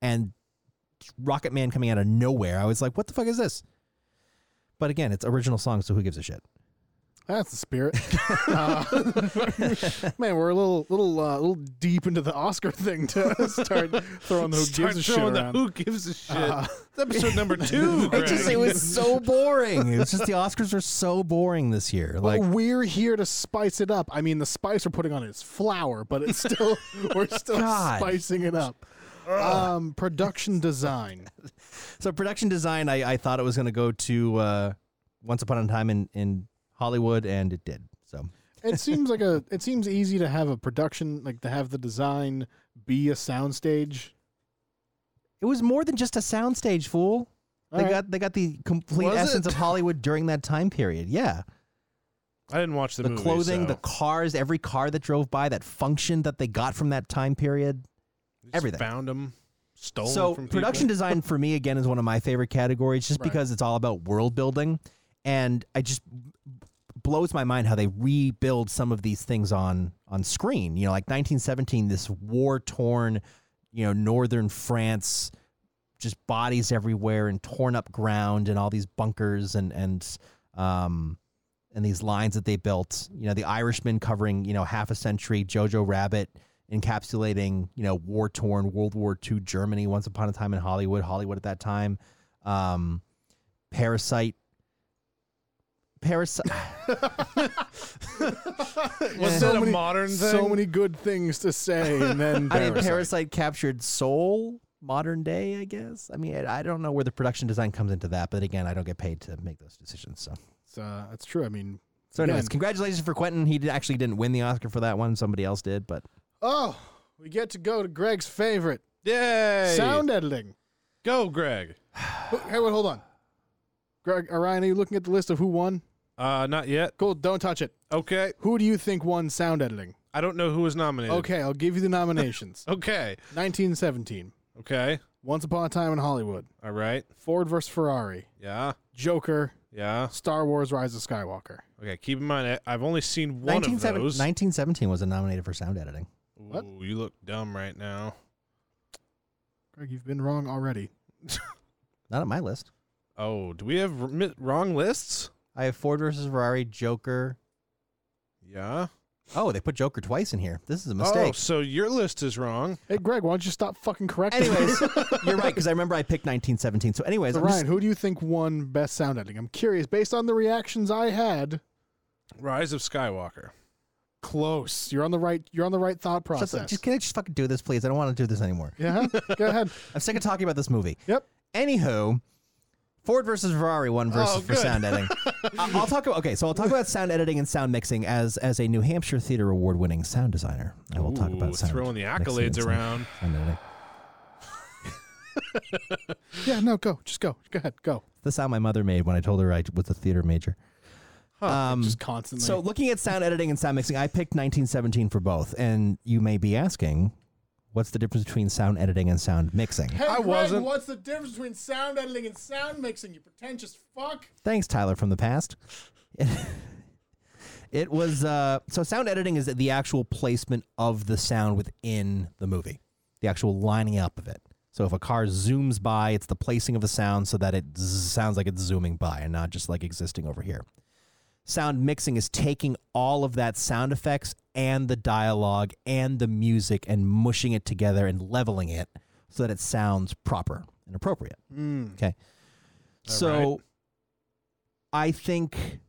B: and Rocket Man coming out of nowhere, I was like, what the fuck is this? But again, it's original song, so who gives a shit?
D: That's the spirit. Uh, man, we're a little, little, uh, little deep into the Oscar thing to start throwing the who
A: Start
D: gives a shit
A: throwing the
D: around. Uh,
A: who gives a shit. It's episode number two.
B: It just
A: Greg.
B: it was so boring. It was just the Oscars are so boring this year. Like
D: but we're here to spice it up. I mean, the spice we're putting on is flour, but it's still we're still
B: God.
D: spicing it up. Um, production design.
B: so production design I, I thought it was gonna go to uh, Once Upon a Time in, in Hollywood and it did. So
D: It seems like a. It seems easy to have a production like to have the design be a soundstage.
B: it was more than just a soundstage fool.
D: All
B: they
D: right.
B: got they got the complete
A: Was
B: essence
A: it?
B: of Hollywood during that time period. Yeah.
A: I didn't watch the,
B: The
A: movie,
B: clothing,
A: so
B: the cars, every car that drove by, that function that they got from that time period.
A: just
B: everything.
A: Found them, stolen
B: so
A: from people.
B: production design for me again is one of my favorite categories just
D: Right.
B: because it's all about world building and i just blows my mind how they rebuild some of these things on on screen you know like 1917 this war torn you know northern france just bodies everywhere and torn up ground and all these bunkers and and um and these lines that they built you know the irishman covering you know half a century jojo rabbit encapsulating you know war torn world war ii germany once upon a time in hollywood hollywood at that time um parasite parasite
A: Was
D: So
A: it a
D: many-
A: modern thing?
D: So many good things to say, and then
B: I mean,
D: Parasite.
B: Parasite captured soul, modern day, I guess. I mean, I I don't know where the production design comes into that, but again, I don't get paid to make those decisions. So,
D: It's, uh, that's true. I mean,
B: so anyways,
D: Again.
B: congratulations for Quentin. He did, actually didn't win the Oscar for that one; somebody else did. But
D: oh, we get to go to Greg's favorite
A: Yay!
D: sound editing.
A: Go, Greg.
D: Who- Hey, wait, hold on. Greg, Orion, are you looking at the list of who won?
A: Uh, not yet.
D: Cool, don't touch it.
A: Okay.
D: Who do you think won sound editing?
A: I don't know who was nominated.
D: Okay, I'll give you the nominations
A: Okay.
D: 1917,
A: Okay.
D: Once Upon a Time in Hollywood,
A: All right.
D: Ford vs. Ferrari,
A: Yeah.
D: Joker,
A: Yeah.
D: Star Wars Rise of Skywalker.
A: Okay. Keep in mind, I- I've only seen one of
B: 1917
A: those.
B: 1917 was nominated for sound editing.
D: What?
A: Ooh, you look dumb right now.
D: Greg, you've been wrong already.
B: Not on my list.
A: Oh, do we have r- mi- wrong lists?
B: I have Ford versus Ferrari, Joker.
A: Yeah.
B: Oh, they put Joker twice in here. This is a mistake.
A: Oh, so your list is wrong.
D: Hey, Greg, why don't you stop fucking correcting me?
B: Anyways, you're right because I remember I picked 1917. So, anyways,
D: So
B: I'm just-
D: Ryan, who do you think won best sound editing? I'm curious, based on the reactions I had.
A: Rise of Skywalker.
D: Close. You're on the right. You're on the right thought
B: shut the-
D: process.
B: just can I just fucking do this, please? I don't want to do this anymore.
D: yeah. Go ahead.
B: I'm sick of talking about this movie.
D: Yep.
B: Anywho, Ford versus Ferrari one versus
A: Oh,
B: for
A: good.
B: sound editing. I- I'll talk about okay, so I'll talk about sound editing and sound mixing as as a New Hampshire Theater Award winning sound designer. I will talk
A: Ooh,
B: about sound
A: throwing the
B: mixing and
A: accolades
B: sound-
A: around.
B: sound editing.
D: Yeah. No. Go. Just go. Go ahead. Go.
B: The sound my mother made when I told her I was a theater major. Um,
D: just constantly.
B: So looking at sound editing and sound mixing, I picked 1917 for both, and you may be asking, what's the difference between sound editing and sound mixing?
D: Hey,
A: I
D: Greg,
A: wasn't-
D: What's the difference between sound editing and sound mixing? You pretentious fuck.
B: Thanks, Tyler from the past. it was uh, so sound editing is the actual placement of the sound within the movie, the actual lining up of it. So if a car zooms by, it's the placing of the sound so that it zzz sounds like it's zooming by and not just like existing over here. Sound mixing is taking all of that sound effects and the dialogue and the music and mushing it together and leveling it so that it sounds proper and appropriate.
D: Mm.
B: Okay. so I think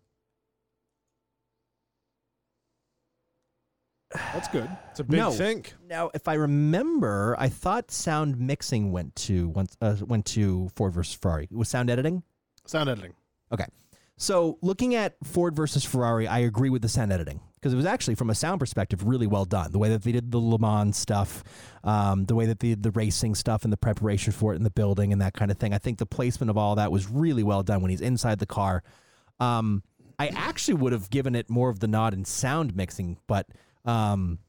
D: That's good.
A: It's a big
B: No.
A: think.
B: now if I remember, I thought sound mixing went to once uh, went to Ford versus Ferrari. It was sound editing?
D: Sound editing.
B: Okay. So looking at Ford versus Ferrari, I agree with the sound editing because it was actually, from a sound perspective, really well done. The way that they did the Le Mans stuff, um, the way that they did the racing stuff and the preparation for it and the building and that kind of thing. I think the placement of all that was really well done when he's inside the car. Um, I actually would have given it more of the nod in sound mixing, but um,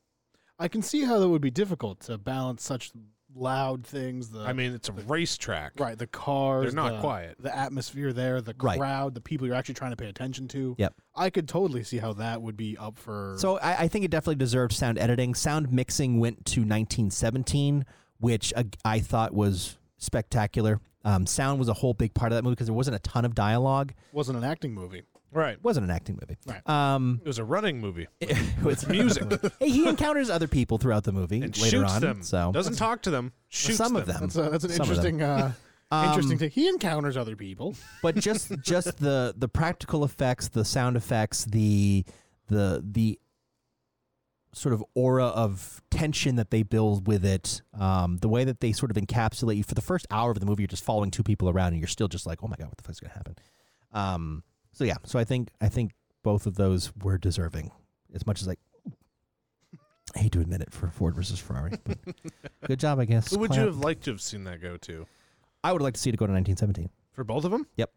D: I can see how that would be difficult to balance such loud things. The
A: I mean, it's a racetrack.
D: right, the cars.
A: They're not
D: the-
A: quiet.
D: The atmosphere there, the
B: Right.
D: crowd, the people you're actually trying to pay attention to.
B: Yep.
D: I could totally see how that would be up for.
B: So I, I think it definitely deserved sound editing. Sound mixing went to 1917, which I, I thought was spectacular. Um, sound was a whole big part of that movie because there wasn't a ton of dialogue.
D: wasn't an acting movie.
A: Right.
B: It wasn't an acting movie.
D: Right.
B: Um,
A: It was a running movie.
B: it's
A: Music.
B: Hey, he encounters other people throughout the movie
A: and
B: later
A: shoots
B: on.
A: them.
B: So
A: Doesn't talk to them. Shoots
B: some
A: them.
B: of them. Um,
D: That's a, that's an
B: Some of them.
D: interesting, uh,
A: Um,
D: interesting thing. He encounters other people.
B: but just just the the practical effects, the sound effects, the the the sort of aura of tension that they build with it, um, the way that they sort of encapsulate you for the first hour of the movie, you're just following two people around and you're still just like, oh my god, what the fuck's gonna happen? Um, so yeah, so I think I think both of those were deserving, as much as like. I hate to admit it for Ford versus Ferrari, but good job, I guess.
A: Who would you
B: Clap.
A: have liked to have seen that go to?
B: I would like to see it go to 1917.
A: For both of them?
B: Yep.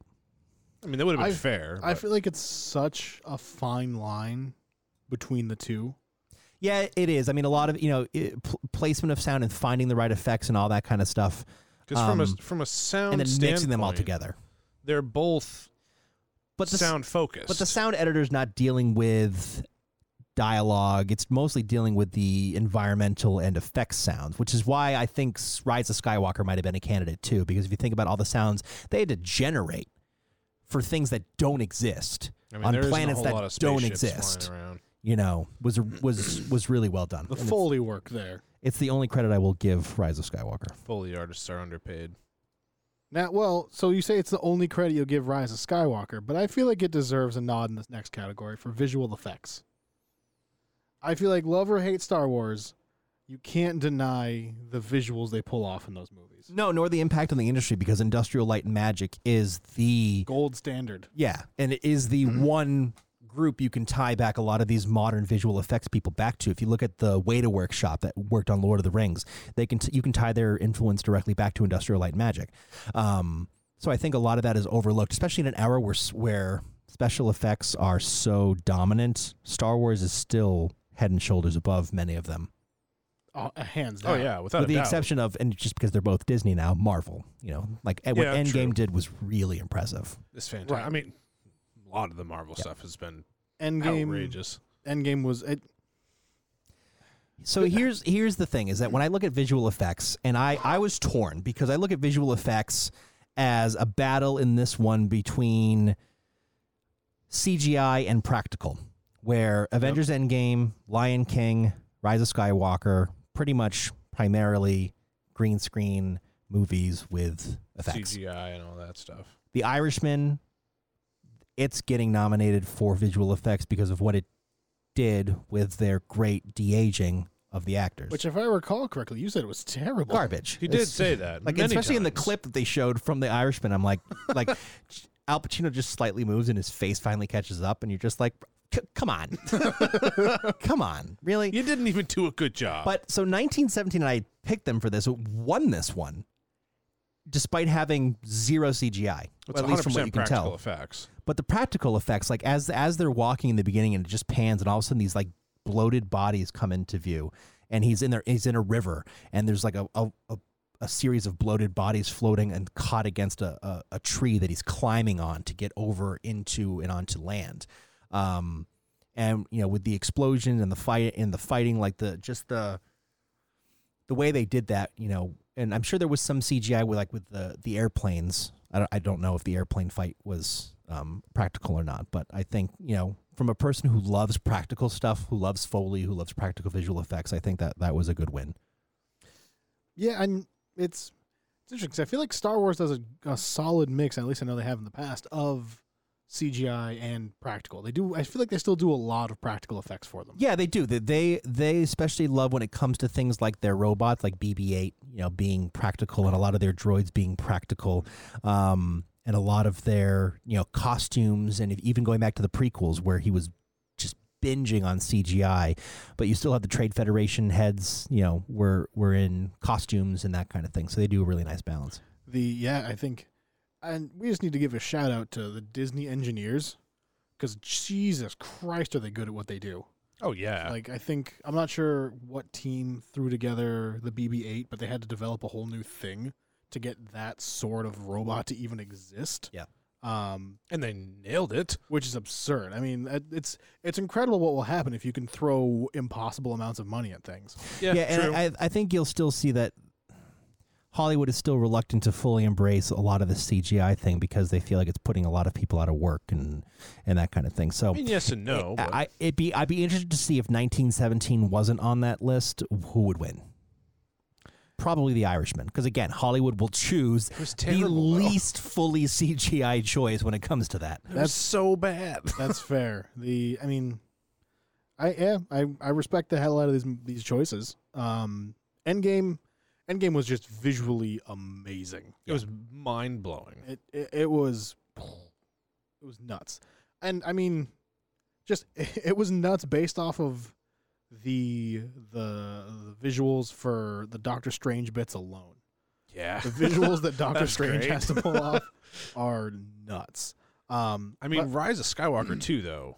A: I mean, that would have been
D: I-
A: fair.
D: I
A: but-
D: feel like it's such a fine line between the two.
B: Yeah, it is. I mean, a lot of you know it, pl- placement of sound and finding the right effects and all that kind of stuff,
A: Because from a
B: Um,
A: from a sound
B: and then mixing them all
A: standpoint,
B: together.
A: they're both
B: But the s-
A: sound focused.
B: but the sound editor's not dealing with dialogue. It's mostly dealing with the environmental and effects sounds, which is why I think S- Rise of Skywalker might have been a candidate too. Because if you think about all the sounds they had to generate for things that don't exist
A: I mean,
B: on
A: there isn't a
B: planets
A: whole lot
B: that
A: of
B: don't
A: spaceships flying
B: exist,
A: around.
B: you know, was was was really well done.
D: The
B: And it's-
D: Foley work there.
B: it's the only credit I will give Rise of Skywalker.
A: Foley artists are underpaid.
D: Now, well, so you say it's the only credit you'll give Rise of Skywalker, but I feel like it deserves a nod in this next category for visual effects. I feel like love or hate Star Wars, you can't deny the visuals they pull off in those movies.
B: No, nor the impact on the industry because Industrial Light and Magic is the
D: Gold standard.
B: yeah, and it is the one group you can tie back a lot of these modern visual effects people back to. If you look at the Weta workshop that worked on Lord of the Rings, they can t- you can tie their influence directly back to Industrial Light and Magic. Um, so I think a lot of that is overlooked, especially in an era where s- where special effects are so dominant. Star Wars is still head and shoulders above many of them,
D: Uh, hands down.
A: Oh yeah, without
B: with
A: a
B: the
A: doubt.
B: exception of and just because they're both Disney now, Marvel. You know, like eh, what
A: Yeah,
B: Endgame
A: true.
B: did was really impressive.
A: It's fantastic.
D: Right.
A: I mean, a lot of the Marvel stuff has been
D: Endgame.
A: outrageous.
D: Endgame was it,
B: So here's here's the thing is that when I look at visual effects and I I was torn because I look at visual effects as a battle in this one between CGI and practical where Avengers Endgame, Lion King, Rise of Skywalker pretty much primarily green screen movies with effects.
A: CGI and all that stuff.
B: The Irishman, it's getting nominated for visual effects because of what it did with their great de aging of the actors.
D: which if I recall correctly, you said it was terrible.
B: garbage.
A: He did
B: It's-
A: say that,
B: like
A: many
B: especially in the
A: times.
B: clip that they showed from The Irishman. I'm like, like Al Pacino just slightly moves and his face finally catches up, and you're just like, "C- come on, come on, really?
A: You didn't even do a good job.
B: But so 1917, and I picked them for this, won this one, despite having zero CGI,
A: it's
B: well, at least from what you can
A: practical
B: tell.
A: effects.
B: But the practical effects, like as as they're walking in the beginning, and it just pans, and all of a sudden these like bloated bodies come into view, and he's in there, he's in a river, and there's like a a, a, a series of bloated bodies floating and caught against a, a a tree that he's climbing on to get over into and onto land, um, and you know with the explosions and the fight and the fighting, like the just the the way they did that, you know, and I'm sure there was some CGI with like with the the airplanes. I don't, I don't know if the airplane fight was um, practical or not, but I think you know from a person who loves practical stuff, who loves Foley, who loves practical visual effects, I think that that was a good win.
D: Yeah, and it's it's interesting 'cause I feel like Star Wars does a, a solid mix. At least I know they have in the past of CGI and practical. They do. I feel like they still do a lot of practical effects for them.
B: Yeah, they do. They- They they especially love when it comes to things like their robots, like BB-8, you know, being practical, and a lot of their droids being practical, um, and a lot of their you know costumes, and if, even going back to the prequels where he was just binging on CGI, but you still have the Trade Federation heads, you know, were were in costumes and that kind of thing. So they do a really nice balance.
D: The yeah, I think, and we just need to give a shout out to the Disney engineers because Jesus Christ, are they good at what they do?
A: Oh yeah.
D: Like I think I'm not sure what team threw together the BB-8, but they had to develop a whole new thing to get that sort of robot to even exist.
B: Yeah.
D: Um,
A: and they nailed it.
D: which is absurd. I mean, it- it's it's incredible what will happen if you can throw impossible amounts of money at things.
A: Yeah,
B: yeah,
A: true.
B: and I, I think you'll still see that Hollywood is still reluctant to fully embrace a lot of the CGI thing because they feel like it's putting a lot of people out of work and and that kind of thing. So
A: I mean, yes and no. but-
B: I, it'd be I'd be interested to see if 1917 wasn't on that list, who would win? Probably The Irishman, because again, Hollywood will choose
A: was
B: the
A: terrible, though.
B: least fully CGI choice when it comes to that.
A: that's so bad.
D: That's fair. The I mean, I yeah, I I respect the hell out of these these choices. Um, Endgame, Endgame was just visually amazing.
A: It was mind blowing.
D: It, it it was it was nuts, and I mean, just it was nuts based off of the the, the visuals for the Doctor Strange bits alone.
A: Yeah.
D: The visuals that Doctor
A: That's
D: Strange
A: great.
D: has to pull off are nuts. Um,
A: I mean,
D: but-
A: Rise of Skywalker too, though.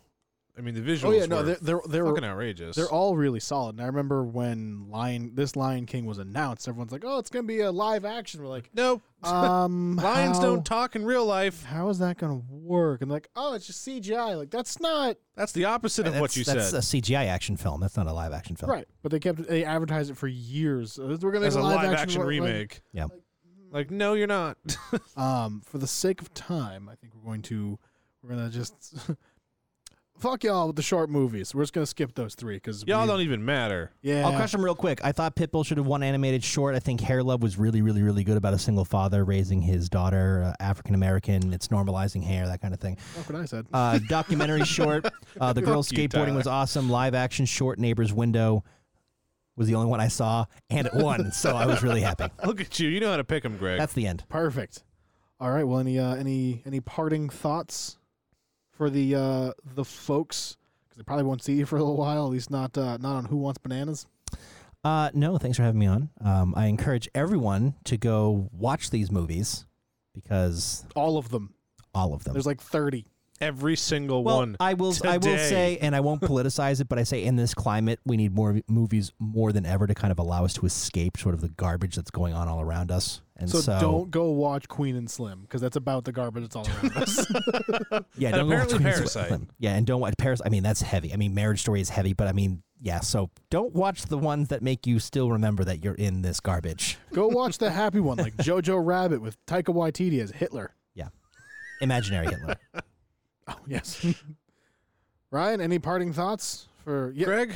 A: I mean, the visuals.
D: oh yeah, no,
A: were
D: they're they're, they're
A: fucking outrageous.
D: They're all really solid. And I remember when Lion this Lion King was announced, everyone's like, "Oh, it's gonna be a live action." We're like,
A: no
D: "Um,
A: lions
D: how-
A: don't talk in real life.
D: how is that gonna work?" And like, "Oh, it's just CGI." Like that's not
A: That's the opposite of what
B: That's-
A: you
B: that's
A: said.
B: a CGI action film. That's not a live action film.
D: right. But they kept they advertised it for years. Uh, We're gonna
A: As
D: make
A: a
D: live,
A: live action
D: We're- like,
A: remake.
B: Yeah.
A: Like, no, you're not.
D: Um, for the sake of time, I think we're going to we're gonna just fuck y'all with the short movies. We're just gonna skip those three because
A: Y'all don't even matter.
D: Yeah,
B: I'll crush them real quick. I thought Pitbull should have won animated short. I think Hair Love was really, really, really good about a single father raising his daughter, uh, African American. It's normalizing hair, that kind of thing.
D: That's what I said.
B: Uh, documentary short. Uh, the girls
A: Fuck you,
B: skateboarding was awesome. Live action short. Neighbor's Window was the only one I saw, and it won. so I was really happy.
A: Look at you. You know how to pick them, Greg.
B: That's the end.
D: Perfect. All right. Well, any uh, any any parting thoughts for the uh, the folks? Because they probably won't see you for a little while. At least not uh, not on Who Wants Bananas.
B: Uh, no, thanks for having me on. Um, I encourage everyone to go watch these movies because
D: All of them.
B: all of them.
D: There's like thirty.
A: Every single
B: well,
A: one.
B: I will. I will
A: today.
B: say, and I won't politicize it, but I say in this climate, we need more movies more than ever to kind of allow us to escape sort of the garbage that's going on all around us. And
D: So,
B: so,
D: don't go watch Queen and Slim because that's about the garbage that's all around us.
B: yeah,
A: and
B: don't go watch
A: apparently
B: Queen's
A: Parasite.
B: Gambit. Yeah, and don't watch Parasite. I mean, that's heavy. I mean, Marriage Story is heavy, but I mean, yeah. So don't watch the ones that make you still remember that you're in this garbage.
D: go watch the happy one, like Jojo Rabbit with Taika Waititi as Hitler.
B: Imaginary Hitler.
D: Oh yes. Ryan, any parting thoughts for? Yeah,
A: Greg,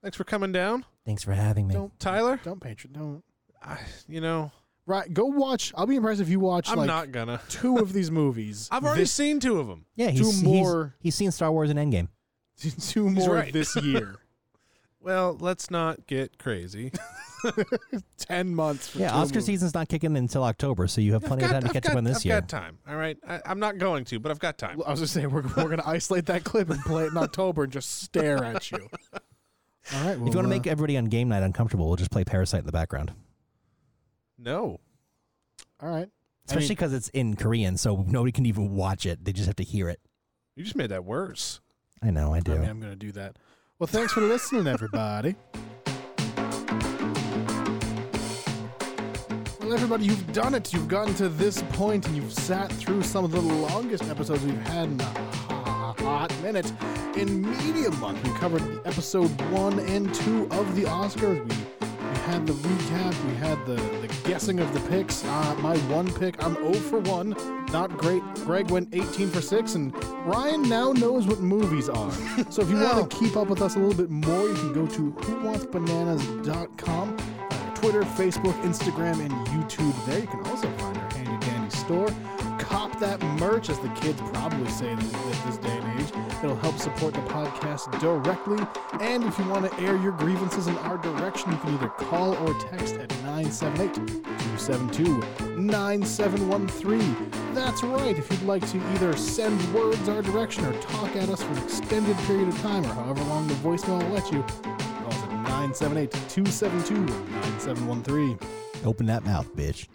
A: thanks for coming down.
B: Thanks for having me.
D: don't
A: Tyler,
D: don't patron don't.
A: I, you know,
D: Right, go watch. I'll be impressed if you watch
A: I'm
D: like
A: not gonna.
D: two of these movies.
A: I've already
D: this
A: seen two of them.
B: yeah,
D: do
B: he's,
D: more.
B: he's he's seen Star Wars and Endgame.
D: two more
A: right.
D: this year.
A: Well, let's not get crazy.
D: Ten months. For
B: Yeah,
D: two
B: Oscar
D: movies.
B: season's not kicking until October, so you have plenty of time to
A: I've
B: catch
A: got-
B: up on this
A: I've
B: year.
A: got time. All right, I, I'm not going to, but I've got time.
D: I was just saying we're we're gonna isolate that clip and play it in October and just stare at you. All right. Well,
B: If you want
D: uh,
B: to make everybody on game night uncomfortable, we'll just play Parasite in the background.
A: No,
D: all right. I mean-
B: Especially because it's in Korean, so nobody can even watch it. They just have to hear it.
A: you just made that worse.
B: I know, I do.
D: I mean, I'm gonna do that. Well, thanks for listening, everybody. Well, everybody, you've done it. You've gotten to this point, and you've sat through some of the longest episodes we've had in a hot, hot minute. In Media Month, we covered episode one and two of the Oscars. We, we had the recap. We had the, the guessing of the picks. Uh, my one pick, I'm 0 for 1. Not great. Greg went 18 for 6, and Ryan now knows what movies are. So if you want to keep up with us a little bit more, you can go to whowantsbananas.com. Uh, Twitter, Facebook, Instagram, and YouTube there. You can also find our handy dandy store. Cop that merch, as the kids probably say this, this day and age. It'll help support the podcast directly. And if you want to air your grievances in our direction, you can either call or text at 978 272 9713. That's right, if you'd like to either send words our direction or talk at us for an extended period of time or however long the voicemail will let you, call us at 978 272 9713.
B: Open that mouth, bitch.